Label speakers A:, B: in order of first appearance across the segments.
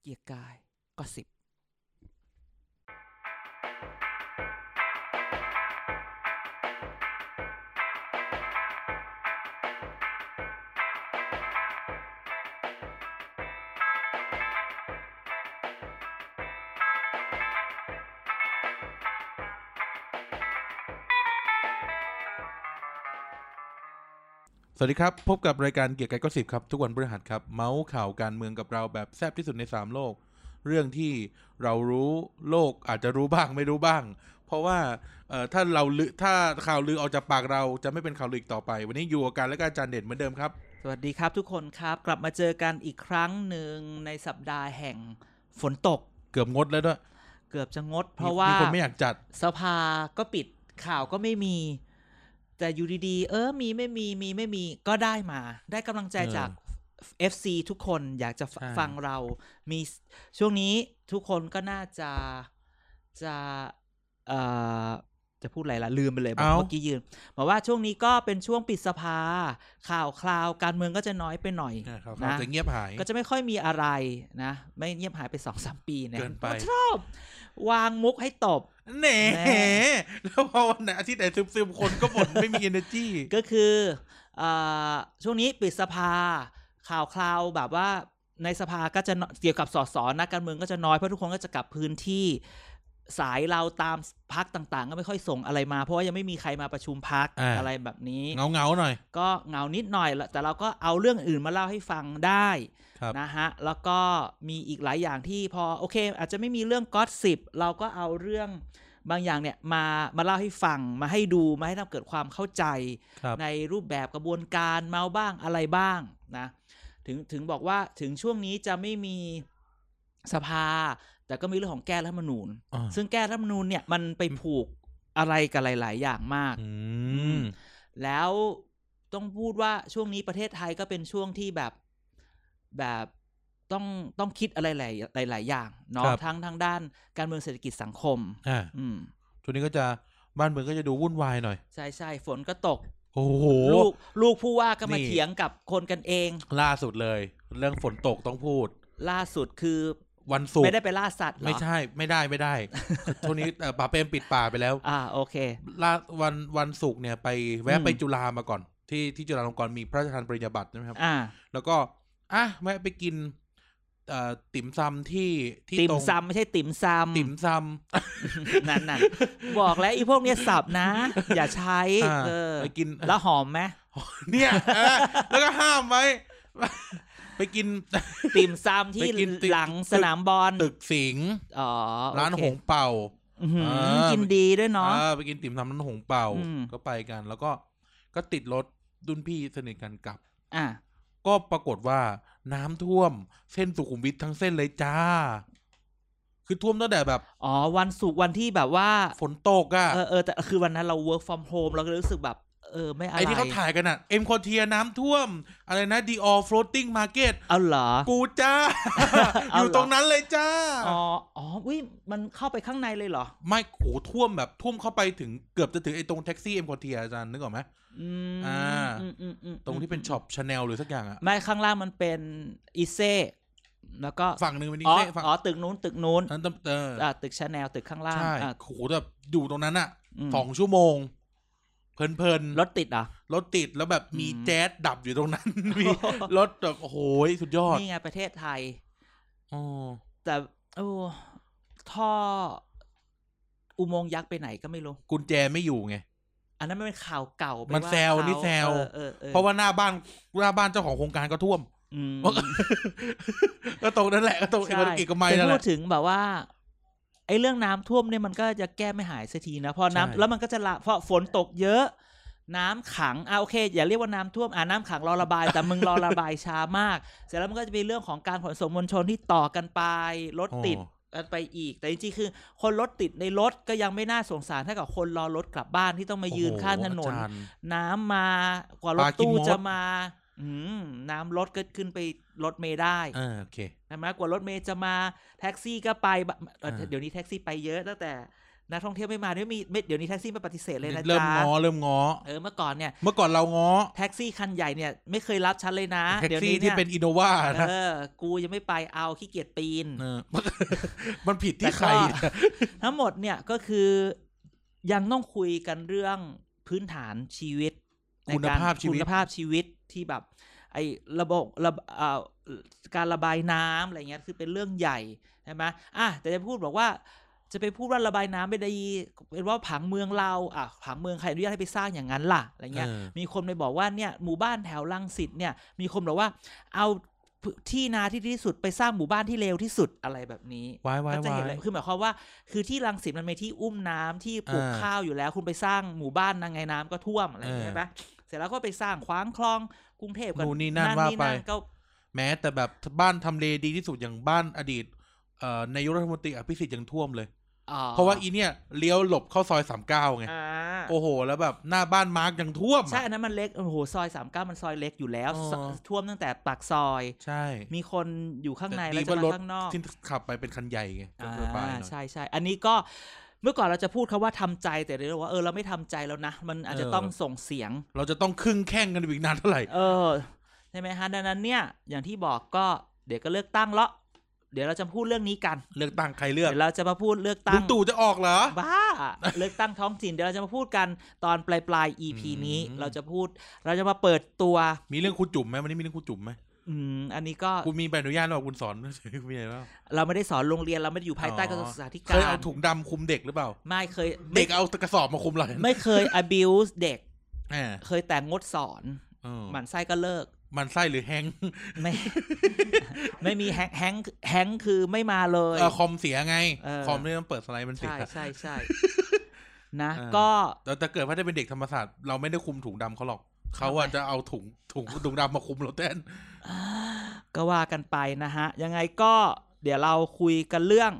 A: เกียร์กายก็สิบ
B: สวัสดีครับ พบกับรายการเกียร์กายก็สิบครับ ทุกวันพฤหัสครับ เมาส์ข่าวการเมืองกับเราแบบแซ่บที่สุดใน 3 โลก เรื่องที่เรารู้โลกอาจจะรู้บ้างไม่รู้บ้าง เพราะว่าเอ่อถ้าเราลือถ้าข่าวลือออกจากปากเราจะไม่เป็นข่าวลืออีกต่อไป วันนี้อยู่กับการและก็อาจารย์เด่นเหมือนเดิมครับ
A: สวัสดีครับทุกคนครับกลับมาเจอกันอีกครั้งหนึ่งในสัปดาห์แห่งฝนตก
B: เกือบงดแล้วด้วย
A: เกือบจะงด เพราะว่า
B: มีคนไม่อยากจัด
A: สภาก็ปิดข่าวก็ไม่มี แต่อยู่ดีๆ เออมีไม่มีมีไม่มีก็ได้มา ได้กำลังใจ
B: เออ
A: จาก FC ทุกคนอยากจะฟ
B: ใช่
A: ฟังเรา มีช่วงนี้ทุกคนก็น่าจะจะเอ่อจะพูดอะไรละลืมไปเลยบอก
B: เอ้า
A: เมื่อกี้ยืนบอกว่าช่วงนี้ก็เป็นช่วงปิดสภา ข่าวคราวการเมืองก็จะน้อยไปหน่อย
B: อ่าข่าว
A: นะ
B: ๆจะเงียบหาย
A: ก็จะไม่ค่อยมีอะไรนะ ไม่เงียบหายไปสองสามปีเนี่ย
B: เกินไป
A: ชอบ วางมุกให้ตบ
B: แหน่
A: แหน่
B: แล้วพอวันไหนอาทิตย์ไหนซึมๆคนก็บ่นไม่มี energy
A: ก็คือเออช่วงนี้ปิดสภา ข่าวคราวแบบว่าในสภาก็จะนเกี่ยวกับสสนักการเมืองก็จะน้อยเพราะทุกคนก็จะกลับพื้นที่สายเราตามพักต่าง ๆ ก็ไม่ค่อยส่งอะไรมา เพราะว่ายังไม่มีใครมาประชุมพัก
B: อ่า
A: อะไรแบบนี้
B: เงาๆหน่อย
A: ก็เหงานิดหน่อยละแต่เราก็เอาเรื่องอื่นมาเล่าให้ฟังได้
B: ครับ
A: นะฮะ แล้วก็มีอีกหลายอย่างที่พอโอเค อาจจะไม่มีเรื่องก็สิบเราก็เอาเรื่องบางอย่างเนี่ยมามาเล่าให้ฟัง มาให้ดูมาให้ทำเกิดความเข้าใจ
B: ครับ
A: ในรูปแบบกระบวนการเมาบ้างอะไรบ้างนะถึงถึงบอกว่าถึงช่วงนี้จะไม่มีสภา แต่ก็มีเรื่องของแก้รัฐธรรมนูญ
B: อ่า
A: ซึ่งแก้รัฐธรรมนูญเนี่ยมันไปผูกอะไรกับหลาย ๆ อย่างมาก
B: อืม
A: แล้วต้องพูดว่าช่วงนี้ประเทศไทยก็เป็นช่วงที่แบบแบบต้องต้องคิดอะไรหลายหลาย ๆ อย่างเนาะทั้งทางด้านการเมืองเศรษฐกิจสังคม
B: อ่า
A: อืม
B: ช่วงนี้ก็จะบ้านเมืองก็จะดูวุ่นวายหน่อย
A: ใช่ใช่ฝนก็ตก
B: โอ้โห
A: ลูกลูกผู้ว่าก็มา
B: นี่
A: เถียงกับคนกันเอง
B: ล่าสุดเลย เรื่องฝนตกต้องพูด
A: ล่าสุดคือ
B: วันศุก
A: ไม่
B: ร์
A: ได้ไปล่าสัตว์เหรอ
B: ไม่ใช่ไม่ได้ ไม่ได้ ช่วงนี้เอ่อป่าเปรมปิดป่าไปแล้ว
A: อ่าโอเค
B: ล่าวันวันศุกร์เนี่ยไป
A: อื
B: แวะ
A: ม
B: ไปจุฬามาก่อน ที่ที่จุฬาลงกรณ์มีพระราชทานปริญญาบัตรนะครับ
A: อ่า
B: แล้วก็อ่ะแวะไปกินเอ่อติ่มซำที่ที่
A: ติ่ม
B: ตรง
A: ซำไม่ใช่ติ่มซำ
B: ติ่มซ
A: นั่นนั่นบอกแล้วไอีพวกเนี้ยสับนะ อย่าใช้
B: อ่า
A: เออ
B: ไปกิน
A: แล้วหอมไหม
B: ำ เนี่ยเออแล้วก็ห้ามไว้ ไปกิน
A: ติ่มซำที่
B: ไปกินติ่ม
A: หลังสนามบอล
B: ตึกสิงห์
A: อ๋อ
B: ร้าน
A: โอเค
B: หงเป่า
A: อื้อหือ
B: เออ
A: กินดีด้วยเนาะ
B: อ่ไปกินติ่มซำน้ำหงเป่า
A: อืม
B: ก็ไปกัน แล้วก็ก็ติดรถรุ่นพี่สนิทกันกลับ
A: อ่ะ
B: ก็ปรากฏว่าน้ำท่วม เส้นสุขุมวิททั้งเส้นเลยจ้า คือท่วมตั้งแต่แบบ
A: อ๋อวันศุกร์วันที่แบบว่า
B: ฝนตกอะ
A: เออเออแต่คือวันนั้นเรา work from home เราก็เลยรู้สึกแบบ เออไม่อะไร
B: ไอ้ที่เขาถ่ายกันอะเอ็มคอเทียน้ำท่วม อะไรนะดีออ floating market
A: เอาเหรอ
B: กู จ้า
A: เอาเหรอ
B: อ
A: อ
B: ยู่ตรงนั้นเลยจ้า
A: อ๋ออ๋ออุ้ยมันเข้าไปข้างในเลยเหรอ
B: ไม่โหท่วมแบบท่วมเข้าไปถึงเกือบจะถึงไอ้ตรงแท็กซี่เอ็มคอเทียอาจารย์นึกออกไหม
A: อืม
B: อ่า
A: อืมอืมอืม
B: ตรงที่เป็นช็อปชาแนลหรือสักอย่างอะ
A: ไม่ข้างล่างมันเป็นอีเซ่แล้วก็
B: ฝั่งหนึ่งเป็นนิ
A: อ๋อ
B: เซ่ฝั่ง
A: อ๋อตึกนู้นตึกนู้น
B: นั้นเออ
A: อ่าตึกชาแนลตึกข้างล่าง
B: ใช่
A: อ่ะ
B: โหแบบอยู่ตรงนั้นอะ
A: ม
B: สองชั่วโมง เพลินๆ
A: รถติดเหรอ่ะ
B: รถติดแล้วแบบมี
A: อืม
B: แจ๊สดับอยู่ตรงนั้น มี รถแบบโอ้โหสุดยอด
A: นี่ไงประเทศไทย
B: อ๋อ
A: แต่โอ้ท่อ อุโมงค์ยักษ์ไปไหนก็ไม่รู้
B: กุญแจไม่อยู่ไง
A: อันนั้นมันเป็นข่าวเก่าไป
B: มัน
A: ว่า
B: แซว
A: เขา
B: นี่แซว
A: เออเออเออ
B: เพราะว่าหน้าบ้านหน้าบ้านเจ้าของโครงการก็ท่วม
A: อืม
B: ก็ตรงนั้นแหละก็ตรงเอ
A: ใช่
B: กกิจกรรมนั่นแห
A: แต่พู
B: ละ
A: ดถึงแบบว่า ไอ้เรื่องน้ำท่วมเนี่ยมันก็จะแก้ไม่หายสักทีนะพอน้ำ
B: ใช่
A: แล้วมันก็จะละเพราะฝนตกเยอะ น้ำขังอ่าโอเค อย่าเรียกว่าน้ำท่วมอ่าน้ำขังรอระบาย แต่มึงรอระบายช้ามาก เสร็จแล้วมันก็จะมีเรื่องของการขนส่งมวลชนที่ต่อกันไปรถติด กันไปอีก แต่จริงๆ คือ คนรถติดในรถก็ยังไม่น่าสงสารเท่ากับคนรอรถกลับบ้านที่ต้องมา
B: โอ้โห
A: ยืนข้างถนน
B: อาจารย์
A: น้ำมากว่ารถ
B: ปลากิน
A: ตู้
B: มด
A: จะมา อืมน้ำรถก็ขึ้นไปรถเมย์ได้
B: เออโอเค
A: ใช่ไหมกว่ารถเมย์จะมาแท็กซี่ก็ไปบะเอ่อ
B: อ่า
A: เดี๋ยวนี้แท็กซี่ไปเยอะตั้งแต่ นักท่องเที่ยวไม่มาเนี่ยมีไม่เดี๋ยวนี้แท็กซี่ไม่ปฏิเสธเลยนะ
B: เริ่ม
A: จ๊ะ
B: ง้อเริ่มง้อ
A: เออเมื่อก่อนเนี่ย
B: เมื่อก่อนเราง้อ
A: แท็กซี่คันใหญ่เนี่ยไม่เคยรับฉันเลยนะ
B: แท็ก
A: เดี๋ยว
B: ซี่
A: นี้
B: ที่
A: เนี่ย
B: เป็นอินโนวานะ
A: เออ กูยังไม่ไปเอาขี้เกียจปีน
B: เออมันผิดที่ใคร
A: แต่ก ็ ทั้งหมดเนี่ยก็คือยังต้องคุยกันเรื่องพื้นฐานชีวิตใน
B: คุณ
A: การ
B: ภาพชีวิ
A: คุ
B: ต
A: ณภาพชีวิตที่แบบ ไอ้ระบบระบเอ่อการระบายน้ำอะไรเงี้ยคือเป็นเรื่องใหญ่ใช่ไหมอ่ะแต่จะพูดบอกว่า จะไปพูดว่าระบายน้ำไม่ดีเป็นว่าผังเมืองเราอ่ะผังเมืองใครอนุญาตให้ไปสร้างอย่างนั้นล่ะอะไรเงี้ย
B: เออ
A: มีคนไปบอกว่าเนี่ยหมู่บ้านแถวลังสิตเนี่ย มีคนบอกว่า เอาที่นาที่ดีที่สุดไปสร้างหมู่บ้านที่เลวที่สุดอะไรแบบนี้
B: วายวาย
A: ก็จะ
B: วา
A: เห็
B: ย
A: นเลยคือหมายความว่า คือที่รังสิตมันมีที่อุ้มน้ำที่ปลูก
B: อ่า
A: ข้าวอยู่แล้ว คุณไปสร้างหมู่บ้านนางไงน้ำก็ท่วมอะไรอย่างเงี้ย
B: เออ
A: ใช่ปะเสร็จแล้วก็ไปสร้างขวางคลองกรุงเทพกั
B: นู่นนี่นั่นว่าไป
A: ก็
B: แม้แต่แบบบ้านทำเลดีที่สุดอย่างบ้านอดีตเอ่อนายกรัฐมนตรีอภิสิทธิ์ยังท่วมเลย
A: อ่
B: เพราะว่าอีเนี่ยเลี้ยวหลบเข้าซอยสามเก้าไง
A: อ่า
B: โอ้โห แล้วแบบหน้าบ้านมาร์กยังท่วมอะ
A: ใช่อันนั้นมันเล็กโอ้โหซอยสามเก้ามันซอยเล็กอยู่แล้ว
B: อ๋อ
A: ซอยท่วมตั้งแต่ปากซอย
B: ใช่
A: มีคนอยู่ข้างในแล้ว
B: ดีว่า
A: จะ
B: ร
A: มา
B: ถ
A: ข้างนอก
B: ที่ขับไปเป็นคันใหญ่ไง
A: อ่า
B: สบายหน่อย
A: ใช่ใช่ อันนี้ก็เมื่อก่อนเราจะพูดคำว่าทำใจแต่เดี๋ยวเราว่าเออเราไม่ทำใจแล้วนะ มันอาจจะ
B: เออ
A: ต้องส่งเสียง
B: เราจะต้องครึ่งแข้งกันอีกนานเท่าไหร่
A: เออใช่ไหมฮะดังนั้นเนี่ยอย่างที่บอกก็เดี๋ยวก็เลือกตั้งละเดี๋ยวเราจะพูดเรื่องนี้กัน
B: เลือกตั้งใครเลือก
A: เดี๋ยวเราจะมาพูดเลือก
B: ลุ
A: ตั้ง
B: งตู่จะออกเหรอ
A: บ้า เลือกตั้งท้องถิ่นเดี๋ยวเราจะมาพูดกันตอนปลายปลาย EP
B: อืม
A: นี้เราจะพูดเราจะมาเปิดตัว
B: มีเรื่องครูจุ๋มไหมวันนี้มีเรื่องครูจุ๋มไหม
A: อืมอันนี้ก็
B: คุณมีใบอนุญาตหรือเปล่าคุณสอน คุณมีอะไรบ้าง
A: เราไม่ได้สอนโรงเรียนเราไม่ได้อยู่ภายใต้
B: อ๋
A: ก
B: อ
A: ระทรวงศึกษาธิ
B: เค
A: การ
B: ยเอาถุงดำคลุมเด็กหรือเปล่า
A: ไม่เคยไม่
B: เด็กเอากระสอบมาคลุมเรา
A: ไม่เคย abuse เด็ก
B: แหม
A: เคยแต่งดสอน
B: เออ
A: หมันไส้ก็เลิก
B: มันไส้หรือแฮง
A: ไม่ ไม่มีแฮงแฮงแฮงคือไม่มาเลย
B: เออคอมเสียไง
A: เออ
B: คอมไม่ต้องเปิดสไลด์มันเสีย
A: ใช่ใช่ใช่ นะ
B: อ่า
A: ก็
B: แต่แต่เกิดว่าได้เป็นเด็กธรรมศาสตร์เราไม่ได้คลุมถุงดำเขาหรอกเขาอาจจะเอาถุงถุงถุงดำมาคลุมเราแทน
A: ก็ว่ากันไปนะฮะ ยังไงก็เดี๋ยวเราคุยกันเรื่อง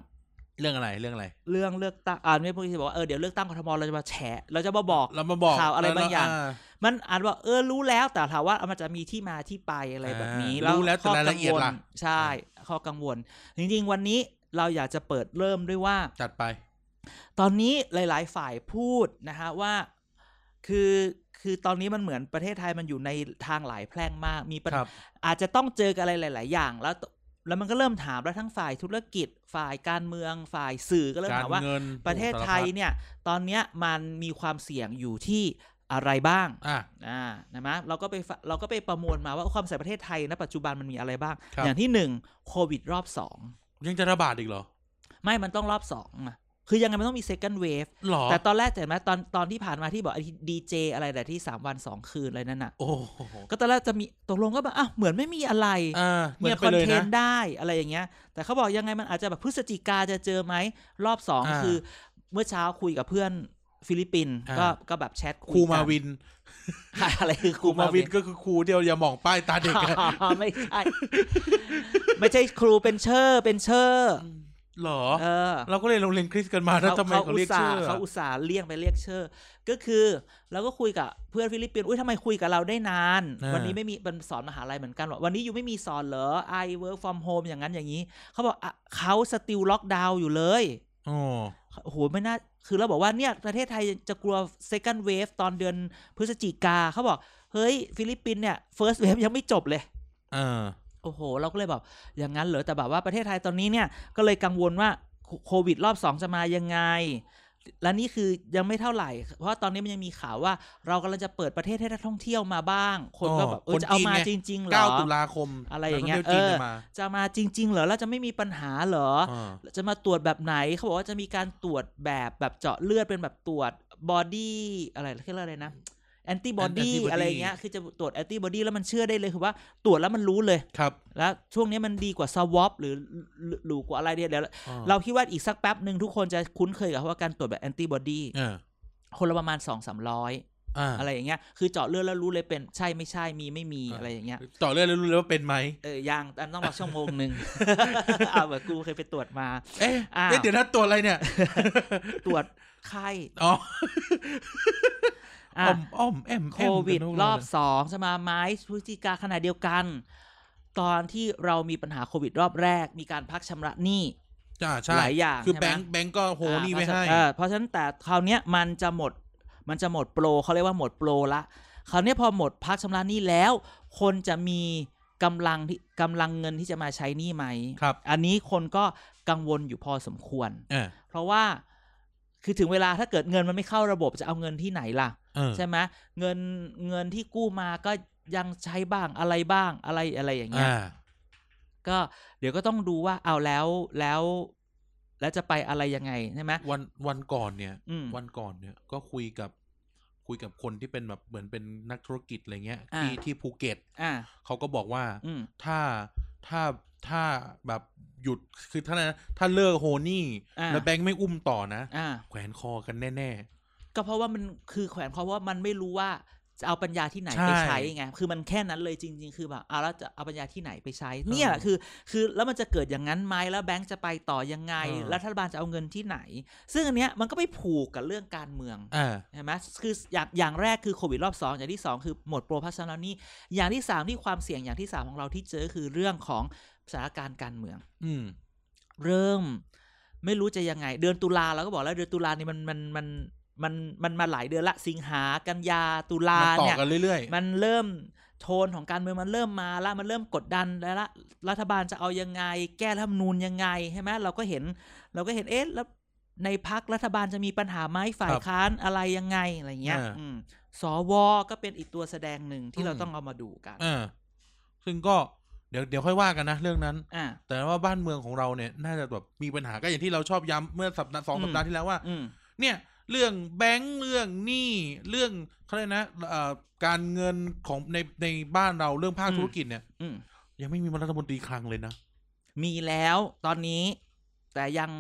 B: เรื่องอะไรเรื่องอะไร
A: เรื่องเลือกตั้งอ่าไม่พูดที่บอกว่าเออเดี๋ยวเลือกตั้งกทมเราจะมาแฉเราจะมาบอก
B: เรามาบอก
A: ข่าวอะไร
B: แล้ว
A: บางอย่าง
B: อ่
A: มันอ่านว่าเออรู้แล้วแต่ถามว่ามันจะมีที่มาที่ไปอะไรแบบนี้
B: อ่ารู้แล้วแต่รายละเอียด
A: ข้
B: ล่ะ
A: กังวลใช่ ข้อกังวล จริงๆ วันนี้เราอยากจะเปิดเริ่มด้วยว่า
B: จัดไป
A: ตอนนี้หลาย ๆ ฝ่ายพูดนะฮะว่าคือคือตอนนี้มันเหมือนประเทศไทยมันอยู่ในทางหลายแพร่งมากมีปัญ
B: ค
A: หา
B: รับ
A: อาจจะต้องเจอกับอะไรหลาย ๆ อย่างแล้วตแล้วมันก็เริ่มถามแล้วทั้งฝ่ายธุรกิจ ฝ่ายการเมืองฝ่ายสื่อก็เริ่ม
B: การ
A: ถามว่า
B: เงิน
A: ประเทศไทย
B: สารพัด
A: เนี่ย ตอนเนี้ยมันมีความเสี่ยงอยู่ที่อะไรบ้าง
B: อ่ะ
A: อ่านะมะเราก็ไปฝเราก็ไปประมวลมาว่าความเสี่ยงประเทศไทยณปัจจุบันมันมีอะไรบ้าง
B: ครับ
A: อย่างที่หนึ่งโควิดรอบสอง
B: ยังจะระบาดอีกเหรอ
A: ไม่มันต้องรอบสองอะคือยังไงมันต้องมี second wave
B: หรอ
A: แต่ตอนแรกเห็นไหมตอนตอนที่ผ่านมาที่บอกไอ้ดีเจอะไรแต่ที่สามวันสองคืนอะไรนั่นน่ะ
B: โอ้โห
A: ก็ตอนแรกจะมีตกลงก็แบบอ้าวเหมือนไม่มีอะไร
B: อ่า
A: เหมื
B: เงี
A: อย น
B: บ
A: ค
B: ไป
A: อน
B: เลย
A: เทน
B: นะ
A: ต์ได้อะไรอย่างเงี้ย แต่เขาบอกยังไงมันอาจจะแบบพฤศจิกาจะเจอไหม รอบสอง
B: อ่า
A: คือ เมื่อเช้าคุยกับเพื่อนฟิลิปปินส์
B: อ่า
A: ก็ก็แบบแชท
B: ค
A: คุย
B: รู
A: กัน
B: มาวิน
A: ค่ะ อะไรคือค
B: ครู
A: รู
B: มา
A: มา
B: วิ
A: วิ
B: น
A: น
B: ก็คือครูเดียวอย่ามองป้ายตาเด็ก อะ
A: อ๋อไม่ใช่ ไม่ใช่ครูเป็นเชอร์เป็นเชอร์
B: หรอ
A: เออ
B: เราก็เลยนโรงเรียนคริสต์กันมาแล้วทำไมเขาเรียก
A: อุตส่า
B: ชื่อ
A: ห์เขาอุตส่าห์เลี่ยงไปเรียกเชอร์ก็คือเราก็คุยกับเพื่อนฟิลิปปินส์อุ้ยทำไมคุยกับเราได้นาน วันนี้ไม่มีเป็นสอนมหาลัยเหมือนกันว่าวันนี้อยู่ไม่มีสอนเหรอ I work from home อย่างนั้นอย่างนี้เขาบอกอ่ะเขาสติลล็อกดาวน์อยู่เลย
B: อ๋อ
A: โอ้โหไม่น่าคือเราบอกว่าเนี่ยประเทศไทยจะกลัว second wave ตอนเดือนพฤศจิกาเขาบอก เฮ้ย ฟิลิปปินส์เนี่ย first wave ยังไม่จบเลย
B: อ่า
A: โอ้โห เราก็เลยแบบอย่างนั้นเหรอแต่แบบว่าประเทศไทยตอนนี้เนี่ย ก็เลยกังวลว่าโคโควิดรอบสองจะมายังไง และนี่คือยังไม่เท่าไหร่ เพราะว่าตอนนี้มันยังมีข่าวว่า เรากำลังจะเปิดประเทศให้นักท่องเที่ยวมาบ้าง คนก็แบบเออจะเอามาจริงๆเหรอ
B: เก้าตุลาคม
A: อะไรอย่างเงี้ย
B: นักท่วจีน
A: เออ
B: จะมา
A: จะมาจริง ๆ เหรอแล้วจะไม่มีปัญหาเหรอ
B: อ่า
A: จะมาตรวจแบบไหนเขาบอกว่าจะมีการตรวจแบบแบบเจาะเลือดเป็นแบบตรวจบอดี้อะไรเขาเรียกอะไรนะแอนติบอดีอะไรเงี้ยคือจะตรวจแอนติบอดีแล้วมันเชื่อได้เลยคือว่าตรวจแล้วมันรู้เลย
B: ครับ
A: แล้วช่วงนี้มันดีกว่าสวอปหรือหรือหรือกว่าอะไรเนี่ยเดี๋ยว
B: อ่
A: เราคิดว่าอีกสักแป๊บหนึ่งทุกคนจะคุ้นเคยกับคำว่าการตรวจแบบแอนติบอดี
B: เออ
A: คนละประมาณสองสามร้อย
B: อ่า
A: อะไรอย่างเงี้ยคือเจาะเลือดแล้วรู้เลยเป็นใช่ไม่ใช่มีไม่มีอะไรอย่างเงี้ย
B: ต่อเรื่องแล้วรู้เลยว่าเป็นไหม
A: เออยังอันต้องรอชั่วโมงห นึ่ง เอาแบบกูเคยไปตรวจมา
B: เอ๊ะ
A: อ้าว
B: เอ๊ะเดี๋ยวนะตัวอะไรเนี่ย
A: ตรวจไข้
B: อ๋อ
A: อ่ะ
B: อ้อมอ้อมแอม
A: โค
B: แอม
A: วิด
B: กัน
A: ร
B: ทุก
A: อบ
B: เลย
A: สองจะมาไหมพฤศจิกาขณะเดียวกัน ตอนที่เรามีปัญหาโควิดรอบแรก มีการพักชำระหนี้
B: จ้าใช่
A: หลายอย่าง
B: คือ
A: ใช่ไหม
B: แบงค์แบงค์ก็โห
A: อ่า
B: นี่
A: เพ
B: ไว้
A: ราะฉะ
B: ให้
A: เออเพราะฉะนั้นแต่คราวเนี้ยมันจะหมดมันจะหมดโปรเขาเรียกว่าหมดโปรละคราวเนี้ยพอหมดพักชำระหนี้แล้ว คนจะมีกำลังที่กำลังเงินที่จะมาใช้หนี้ไหม
B: ครับ
A: อันนี้คนก็กังวลอยู่พอสมควร
B: เออ
A: เพราะว่าคือถึงเวลาถ้าเกิดเงินมันไม่เข้าระบบจะเอาเงินที่ไหนล่ะ
B: เออ
A: ใช่ไหมเงินเงินที่กู้มาก็ยังใช้บ้างอะไรบ้างอะไรอะไรอย่างเงี้ย
B: อ่า
A: ก็เดี๋ยวก็ต้องดูว่าเอาแล้วแล้ว แล้วจะไปอะไรยังไงใช่ไหม
B: วันวันก่อนเนี่ย
A: อืม
B: วันก่อนเนี่ยก็คุยกับคุยกับคนที่เป็นแบบเหมือนเป็นนักธุรกิจอะไรเงี้ย
A: อ่า
B: ที่ที่ภูเก็ต
A: อ่า
B: เขาก็บอกว่า
A: อืม
B: ถ้าถ้าถ้าแบบหยุดคือถ้านะถ้าเลิกโฮนี่
A: อ่า
B: แล้วแบงค์ไม่อุ้มต่อนะ
A: อ่า
B: แขวนคอกันแน่
A: ก็เพราะว่ามันคือแขวนเพราะว่ามันไม่รู้ว่าจะเอาปัญญาที่ไหน
B: ใช่
A: ไปใช้ไงคือมันแค่นั้นเลยจริง ๆ คือแบบเอาแล้วจะเอาปัญญาที่ไหนไปใช้
B: เออ
A: เนี่ยแหละคือคือแล้วมันจะเกิดอย่างนั้นไหมแล้วแบงค์จะไปต่อยังไง
B: เออ
A: รัฐบาลจะเอาเงินที่ไหน ซึ่งอันเนี้ยมันก็ไปผูกกับเรื่องการเมือง
B: ๆอ่า
A: ใช่ไหมคืออย่างอย่างแรกคือโควิดรอบสองอย่างที่สองคือหมดโปรพัชนานี่อย่างที่สามที่ความเสี่ยงอย่างที่สามของเราที่เจอคือเรื่องของสถานการณ์การเมือง
B: อืม
A: เริ่ม ไม่รู้จะยังไง เดือนตุลาเราก็บอกแล้วเดือนตุลานี่มันมันมันมันมันมาหลายเดือนละสิงหากันยาตุลา
B: มันต่อ
A: เนี่ย
B: กันเรื่อย
A: มันเริ่มโทนของการเมืองมันเริ่มมาละมันเริ่มกดดันแล้วละรัฐบาลจะเอายังไง แก้รัฐธรรมนูญยังไงใช่ไหมเราก็เห็น เราก็เห็นเอ๊ะแล้วในพักรัฐบาลจะมีปัญหาไหมฝ่ายค้านอะไรยังไงอะไรเงี้ย
B: อ่า
A: อืมสวก็เป็นอีกตัวแสดงหนึ่งที่เรา
B: อืม
A: ต้องเอามาดูกัน
B: ๆอ่าซึ่งก็เดี๋ยวเดี๋ยวค่อยว่ากันนะเรื่องนั้น
A: อ่า
B: แต่ว่าบ้านเมืองของเราเนี่ย น่าจะแบบมีปัญหาก็อย่างที่เราชอบย้ำเมื่อสัปดาห์สอง
A: อืม
B: สัปดาห์ที่แล้วว่า
A: อืม
B: เนี่ย เรื่องแบงค์เรื่องหนี้เรื่องเขาเรียกนะเอ่อการเงินของในในบ้านเราเรื่องภาค
A: อืม
B: ธุรกิจเนี่ย
A: อืม
B: ยังไม่มีรัฐมนตรีคลังเลยนะ
A: มีแล้วตอนนี้ แต่ยัง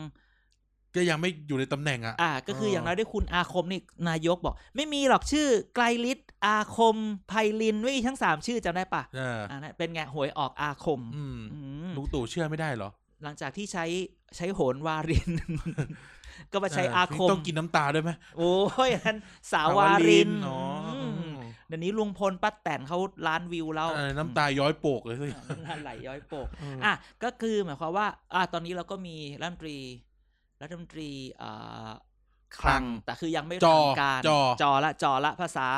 B: ก็ยังไม่อยู่ในตำแหน่งอ่ะ
A: อ่าก็คือ
B: เออ
A: อ
B: อ
A: ย่างน้อยได้คุณอาคมนี่นายกบอก ไม่มีหรอกชื่อไกลฤทธิ์อาคมไพลินไม่มีทั้งสามชื่อจำได้ปะ
B: เออ
A: อ่านะเป็นไงหวยออกอาคม
B: อืม
A: อืม
B: ลุงตู่เชื่อไม่ได้เหรอ
A: หลังจากที่ใช้ใช้โหนวาริน ก็มาใช้อาคม
B: ต้องกินน้ำตาด้วยไหม
A: โอ้ยอันนั้นสาววาริน
B: อ๋ออ
A: มเดี๋ยวนี้ลุงพลป้าแตนเขาล้านวิวแล้ว
B: เออน้ำตาย้อยโปกเลยสิ
A: อืมน้ำตา ไหลย้อยโปก อ่ะก็คือหมายความว่า อ่ะตอนนี้เราก็มีรัฐมนตรีรัฐมนตรีอ่าคลัง
B: คลัง
A: แต่คือยังไม่
B: จอ
A: ทางการ
B: จอ
A: ละจอละภาษา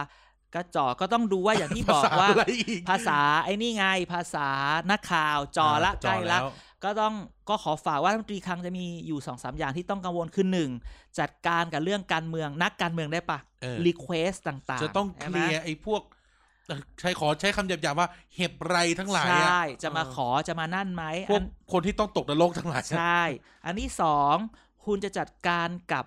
A: ก็จอก็ต้องดูว่าอย่างที่
B: ภ
A: บอก
B: ษ
A: ว่า
B: อะไรอีก
A: ภาษาไอ้นี่ไงภาษานักข่าวจอละ
B: า
A: ใกล้
B: จอ
A: ละ
B: ว
A: ก็ต้องก็ขอฝากว่ารัฐมนตรีคลังจะมีอยู่สองสามอย่างที่ต้องกังวลคือหนึ่งจัดการกับเรื่องการเมืองนักการเมืองได้ปะ
B: เออ
A: รีเควสต่างๆ
B: จะต้องเค
A: ใช่ไหม
B: ลียร์ไอ้พวกเอ่อใช้ขอใช้คำหยาบๆว่า เห็บไรทั้งหลาย
A: ใช
B: อะ
A: ่ จะมา
B: เออ
A: ขอจะมานั่นไหม
B: พว
A: อั
B: ก
A: น
B: คนที่ต้องตกนรกทั้งหลายอะ
A: ใช่ อันที่สองคุณจะจัดการกับ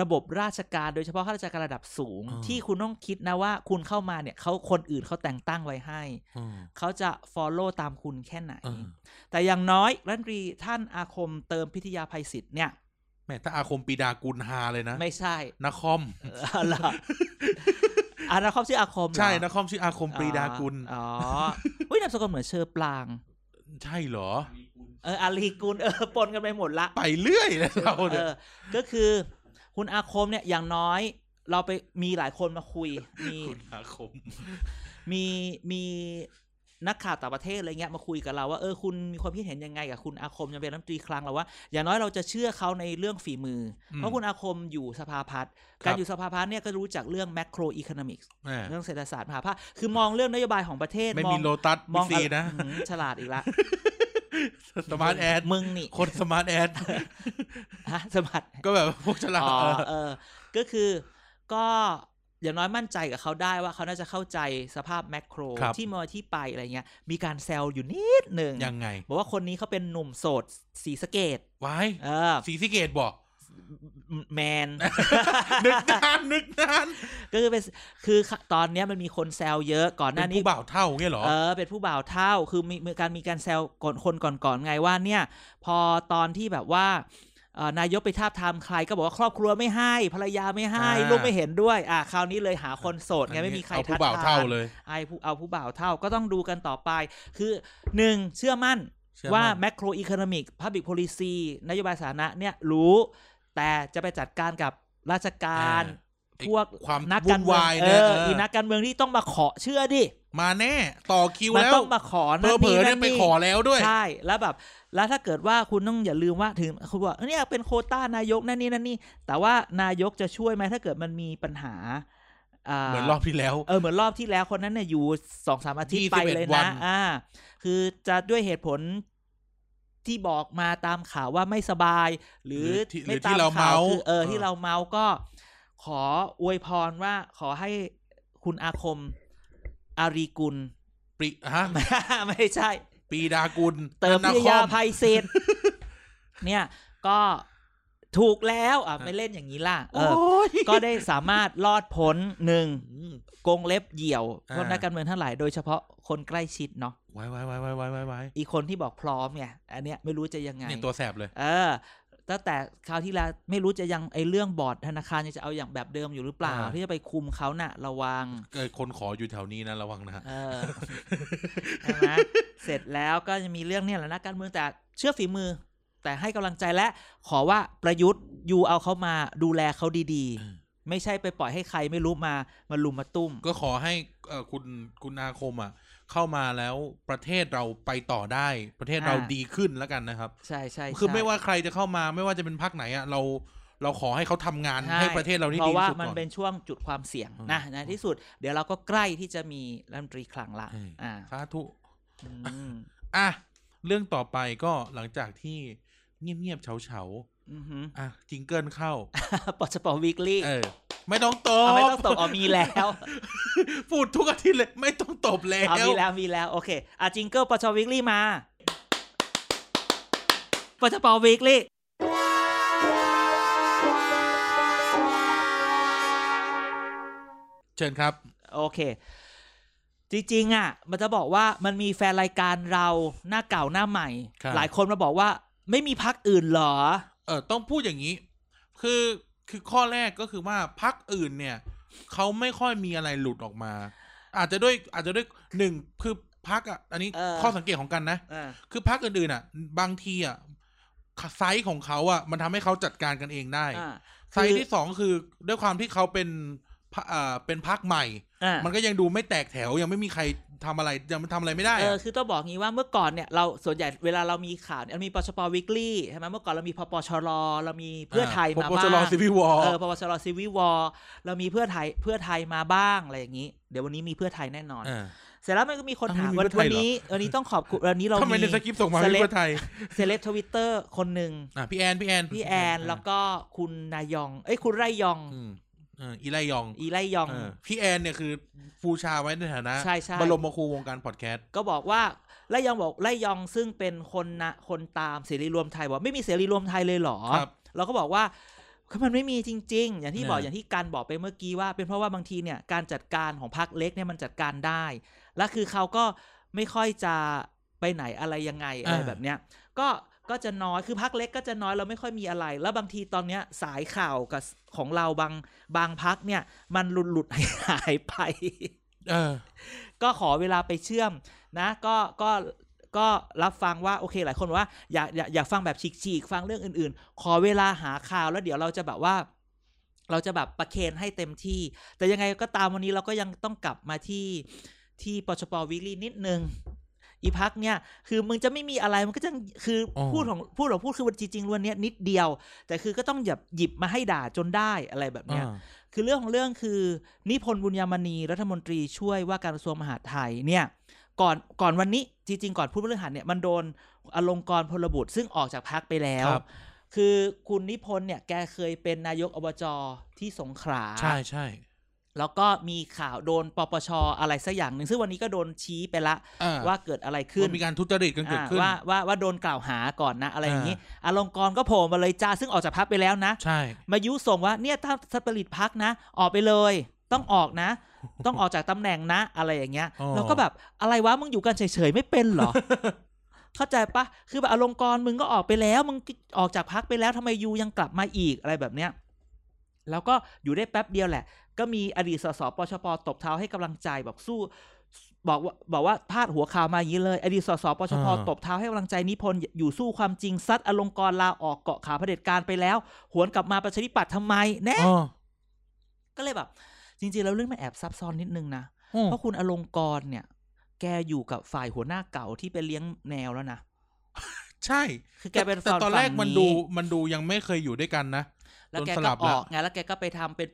A: ระบบราชการโดยเฉพาะข้าราชการระดับสูง ที่คุณต้องคิดนะว่าคุณเข้ามาเนี่ยเขาคนอื่นเขาแต่งตั้งไว้ให้
B: อืม
A: เขาจะ follow ตามคุณแค่ไหน
B: เออ
A: แต่อย่างน้อยรัฐมนตรีท่านอาคมเติมพิทยาภัยศิษย์เนี่ย
B: แม่ถ้าอาคมปีดากุลฮาเลยนะ
A: ไม่ใช่
B: นาคอม
A: เออเหรออันนั้นเขาชื่ออาคมเหรอ
B: ใช่นาคอมชื่ออาคมปรีดากุล
A: อ๋ออุ้ยนามสกุลเหมือนเชอปลาง
B: ใช่เหรอ
A: เอออารีกุลเออปนกันไปหมดละ
B: ไปเรื่อยเลยเรา
A: เอ
B: เนี่ย
A: อก็คือคุณอาคมเนี่ยอย่างน้อย เราไปมีหลายคนมาคุย มี
B: คุณอาคม
A: มีมีนักข่าวต่างประเทศอะไรเงี้ยมาคุยกับเราว่าเออคุณมีความคิดเห็นยังไงกับคุณอาคมยังเป็นรัฐมนตรีคลังเราว่า อย่างน้อยเราจะเชื่อเขาในเรื่องฝีมืออ
B: ม
A: เพราะคุณอาคมอยู่สภาพัฒน์
B: ครับ
A: การอยู่สภาพัฒน์เนี่ยก็รู้จักเรื่อง macro economics
B: แม่
A: เรื่องเศรษฐศาสตร์มหาภาคคือมองเรื่องนโยบายของประเทศ
B: ไม่
A: มอ
B: มี
A: ง
B: โลตัส
A: ม
B: บิ๊
A: อก ง
B: ซีนะ
A: อืมฉลาดอีกละ
B: สมาร์ทแอด
A: มึงนี่
B: คนสมาร์ทแอด
A: ฮะสมัติ
B: ก็แบบพวกฉลาด
A: อ๋อ
B: เออ
A: เออ ก็คือก็อย่างน้อยมั่นใจกับเขาได้ว่าเขาน่าจะเข้าใจสภาพแมกโคร
B: ครับ
A: ที่มาที่ไปอะไรเงี้ย มีการแซวอยู่นิดหนึ่ง
B: ยังไง
A: บอกว่าคนนี้เขาเป็นหนุ่มโสดสีสะเกต
B: วาย
A: เออ
B: สีสิเกตบอก
A: แมน
B: นึกนานนึกนาน
A: ก็คือเป็นคือตอนเนี้ยมันมีคนแซวเยอะก่อนห
B: เป็
A: น้าน นี้
B: ผู้บ่าวเท่าเงี้ยเหรอ
A: เออเป็นผู้บ่าวเท่าคือมีมีการมีการแซวก่อนคนก่อนๆไงว่าเนี่ย พอตอนที่แบบว่าเอ่อนายกไปทาบทามใครก็บอกว่าครอบครัวไม่ให้ภรรยาไม่ให้
B: อ่า
A: ลูกไม่เห็นด้วยอ่ะคราวนี้เลยหาคนโสดไงไม่มีใคร
B: เอา
A: ทั
B: ผู้
A: ด
B: บ่าว
A: ทา
B: เท่าน เลย
A: ไอผู้เอาผู้บ่าวเท่าก็ต้องดูกันต่อไป คือหนึ่งเชื่อมั่นว่า macro economic public policy นโยบายสาธารณะเนี่ยรู้ แต่จะไปจัดการกับราชการ
B: อ่ ไอ้
A: พวก
B: ความ
A: นักการ
B: วุ่น
A: เมือง
B: วาย
A: เอ
B: เนี่ย
A: อ
B: เอออี
A: อีนักการเมืองที่ต้องมาขอเชื่อดิ
B: มาแน่ ต่อคิว
A: มัน
B: แล้ว
A: ต้องมาขอ
B: เผล
A: นั่
B: อน
A: นี่นั่น
B: เผลอๆเนี่ยไป
A: นี่
B: ขอแล้วด้วย
A: ใช่แล้วแบบ แล้วถ้าเกิดว่าคุณต้องอย่าลืมว่าถึงคุณบอกเนี่ยเป็นโควต้านายกนั่นนี่นั่นนี่ แต่ว่านายกจะช่วยไหมถ้าเกิดมันมีปัญหาา
B: เหมือนรอบที่แล้ว
A: เออเหมือนรอบที่แล้วคนนั้นเนี่ยอยู่สองสามอาทิตย์ไปเลย
B: 21วั
A: นะ
B: น
A: อ่า คือจะด้วยเหตุผลที่บอกมาตามข่าวว่าไม่สบาย หรือ
B: ที่ห
A: ไม่
B: รือ
A: ตา
B: ที่
A: ม
B: เรา
A: ข่า
B: เมาว ส์
A: คือเออที่เราเมาส์ก็ขออวยพรว่าขอให้คุณอาคมอารีกุล
B: ปริฮะ
A: ไม่ใช่
B: ปีดากุล
A: เติม
B: นั
A: พิ
B: กค
A: ยา
B: อม
A: ภัยเศษเนี่ยก็ถูกแล้วอ่ะ
B: อ่ะ
A: ไม่เล่นอย่างนี้ล่ะ เอ
B: โอ้
A: อ
B: ย
A: ก็ได้สามารถรอดพ้นหนึ่ง กงเล็บเหี่ยว
B: อ่า
A: พวกนักการเมืองทั้งหลายโดยเฉพาะคนใกล้ชิดเนาะ
B: ไว้ไว้ไว้ไว้ไว้ไว้ไว้
A: อีกคนที่บอกพร้อมไงอันเนี้ยไม่รู้จะยังไง
B: นี่ตัวแสบเลย
A: เออตั้งแต่คราวที่แล้วไม่รู้จะยังไอเรื่องบอร์ดธนาคารยังจะเอาอย่างแบบเดิมอยู่หรือเปล่า
B: อ่า
A: ที่จะไปคุมเขาน่ะ ระวัง
B: เกิดคนขออยู่แถวนี้นะระวังนะ
A: เออใช่ไหมเสร็จแล้วก็จะมีเรื่องเนี่ยแหละนะการเมืองแต่เชื่อฝีมือ แต่ให้กำลังใจและ ขอว่าประยุทธ์ยูเอาเขามาดูแลเขาดี
B: อืม
A: ๆ ไม่ใช่ไปปล่อยให้ใครไม่รู้มามาลุมมาตุ้ม
B: ก็ขอให้เอ่อคุณคุณอาคมอ่ะ เข้ามาแล้วประเทศเราไปต่อได้ ประเทศเรา
A: อ่า
B: ดีขึ้นแล้วกันนะครับ
A: ใช่ใช่ใช่
B: คือไม่ว่าใครจะเข้ามาไม่ว่าจะเป็นพักไหนอ่ะเราเราขอให้เขาทำงาน
A: ใช่
B: ให้ประเทศเราที่
A: เพ
B: ดี
A: ราะ
B: ที่
A: ว่า
B: สุด
A: มัน
B: ก่อน
A: เป็นช่วงจุดความเสี่ยง
B: อืม
A: นะในที่สุด เดี๋ยวเราก็ใกล้ที่จะมีรัฐมนตรีคลังละ
B: อืม
A: อ่า
B: สาธุ
A: อืม
B: อ่ะเรื่องต่อไปก็หลังจากที่เงียบๆเฉา
A: อือหื อ
B: ๆอ่ะจิงเกิลเข้า
A: ปชปวีคลี่
B: เออ ไม่ต้องตบ
A: ไม่ต้องตกออมีแล้ว
B: พูดทุกอาทิตย์เลย ไม่ต้องตบแล้ว
A: เอามีแล้วมีแล้ว โอเคอ่ะจิงเกิลปชวีคลี่มาปชปวีคลี่
B: เชิญครับ
A: โอเค จริงๆอ่ะ มันจะบอกว่ามันมีแฟนรายการเราหน้าเก่าหน้าใหม่
B: ครับ
A: หลายคนมาบอกว่า ไม่มีพักอื่นเหรอ
B: เออต้องพูดอย่างนี้ คือคือข้อแรกก็คือว่าพักอื่นเนี่ยเขาไม่ค่อยมีอะไรหลุดออกมา อาจจะด้วยอาจจะด้วยหนึ่งคือพักอ่ะอันนี้
A: เออ
B: ข้อสังเกตของกันนะ
A: อ่า
B: คือพักอื่นๆอ่ะ บางทีอ่ะไซส์ของเขาอ่ะ มันทำให้เขาจัดการกันเองได้ไซส์ที่สองคือด้วยความที่เขาเป็นพรรคอ่าเป็นพักใหม่
A: อ่ะ
B: มันก็ยังดูไม่แตกแถวยังไม่มีใครทำอะไรยังทำอะไรไม่ได้
A: เออ
B: อะ
A: คือต้องบอกงี้ว่าเมื่อก่อนเนี่ยเราส่วนใหญ่เวลาเรามีข่าวเนี่ยเรามีปชปวิกลี่ใช่ไหมเมื่อก่อนเรามีพปชรเรามีเพื่อไทยมา
B: ปป
A: บ้า
B: ชรง ซีพีวอ
A: เออปปชรซีวิวอร์เรามีเพื่อไทยเพื่อไทยมาบ้างอะไรอย่างนี้ เดี๋ยววันนี้มีเพื่อไทยแน่นอน เสร็จแล้วมันก็มีคนถาม
B: อ้าวไม่มี
A: วัน
B: เพื่อไท
A: วั
B: ย
A: น
B: เหร
A: นี้
B: อ
A: วันนี้ต้องขอบคุณวันนี้เรา
B: ทำไม
A: มี
B: ในสคริปต์ส่งมาเป็นเพื่อไทย
A: เซเลบทวิตเตอร์คนหนึ่ง
B: อ่ะพี่แอนพี่แอน
A: พี่แอนแล้วก็คุณนายอง เอ้ยคุณไรยอง
B: อืมเอออีไลยอง
A: อีไรยอง
B: เออพี่แอนเนี่ยคือฟูชาไว้ในฐานะ
A: ใช่ใช่
B: บรมครูวงการพอดแคสต์
A: ก็บอกว่าไล่ยองบอกไล่ยองซึ่งเป็นคนนะคนตามเสรีรวมไทยบอกไม่มีเสรีรวมไทยเลยเหรอ
B: ครับ
A: เราก็บอกว่าคือมันไม่มีจริง ๆ อย่างที่บอก
B: เนี่ย
A: อย่างที่การบอกไปเมื่อกี้ว่า เป็นเพราะว่าบางทีเนี่ยการจัดการของพรรคเล็กเนี่ยมันจัดการได้ และคือเขาก็ไม่ค่อยจะไปไหนอะไรยังไงอะไรแบบเนี้ยก็ก็จะน้อยคือพักเล็กก็จะน้อยเราไม่ค่อยมีอะไร แล้วบางทีตอนเนี้ยสายข่าวกับของเราบางบางพักเนี่ยมันหลุดหลุดๆหาย หายไป
B: เออ
A: ก็ขอเวลาไปเชื่อมนะ ก็ก็ก็รับฟังว่าโอเคหลายคนบอกว่าอยากอยากอยากฟังแบบฉีกๆฟังเรื่องอื่นๆ ขอเวลาหาข่าวแล้วเดี๋ยวเราจะแบบว่า เราจะแบบประเคนให้เต็มที่ แต่ยังไงก็ตามวันนี้เราก็ยังต้องกลับมาที่ที่ปชปวิลีนิดนึง อีพักเนี่ย คือมึงจะไม่มีอะไรมันก็จะคืออ
B: อ
A: พูดของพูดของพูดคือวันจริงๆวันเนี้ยนิดเดียว แต่คือก็ต้องหยิบหยิบมาให้ด่าจนได้อะไรแบบเนี้ย
B: อ่า
A: คือเรื่องของเรื่องคือนิพนธ์บุญยามณีรัฐมนตรีช่วยว่าการกระทรวงมหาดไทยเนี่ยก่อนก่อนวันนี้จริงๆ ก่อนพูดเรื่องหันเนี่ยมันโดนอลงกรณ์พลบุตรซึ่งออกจากพักไปแล้ว
B: ครับ
A: คือคุณนิพนธ์เนี่ยแกเคยเป็นนายกอบจที่สงขลา
B: ใช่ใช่
A: แล้วก็มีข่าวโดนปปชอะไรสักอย่างหนึ่งซึ่งวันนี้ก็โดนชี้ไปละ
B: อ่
A: ว่าเกิดอะไรขึ้น
B: ว่ามีการทุจริตกันเกิดขึ้น
A: อ่าว่าว่าว่าโดนกล่าวหาก่อนนะ อะไรอย่างนี้อลงกรณ์ก็โผล่มาเลยจ้าซึ่งออกจากพักไปแล้วนะ
B: ใช่
A: มายุส่งว่าเนี่ยถ้าสปริตพักนะ ออกไปเลย ต้องออกนะ ต้องออกจากตำแหน่งนะ อะไรอย่างเงี้ย
B: อ๋อ
A: เราก็แบบอะไรวะมึงอยู่กันเฉยๆไม่เป็น เหรอ เข้าใจปะคือแบบอลงกรณ์มึงก็ออกไปแล้ว มึงออกจากพักไปแล้วทำไมยูยังกลับมาอีกอะไรแบบเนี้ยแล้วก็อยู่ได้แป๊บเดียวแหละ ก็มีอดีตสสปชปตบเท้าให้กำลังใจบอกสู้ บอกว่าบอกว่าพาดหัวข่าวมาอย่างนี้เลย อดีตสสปชพ
B: อ่า
A: ตบเท้าให้กำลังใจนิพนธ์อยู่สู้ความจริงซัดอลงกรณ์ลาออกเกาะขาเผด็จการไปแล้ว หวนกลับมาประชาธิปัตย์ทำไมแน่
B: อ๋อ
A: ก็เลยแบบ จริงๆแล้วเรื่องมันแอบซับซ้อนนิดนึงนะ
B: อืม
A: เพราะคุณอลงกรเนี่ย แกอยู่กับฝ่ายหัวหน้าเก่าที่ไปเลี้ยงแนวแล้วนะ
B: ใช่
A: คือแกเป็น
B: แต่ตอนแรกมัน
A: ฝั่ง
B: ดูมันดูยังไม่เคยอยู่ด้วยกันนะ
A: แล้วแก
B: จนสลั
A: ก็
B: บ
A: อ
B: ละ
A: อกไงแล้วแกก็ไปทำเป็น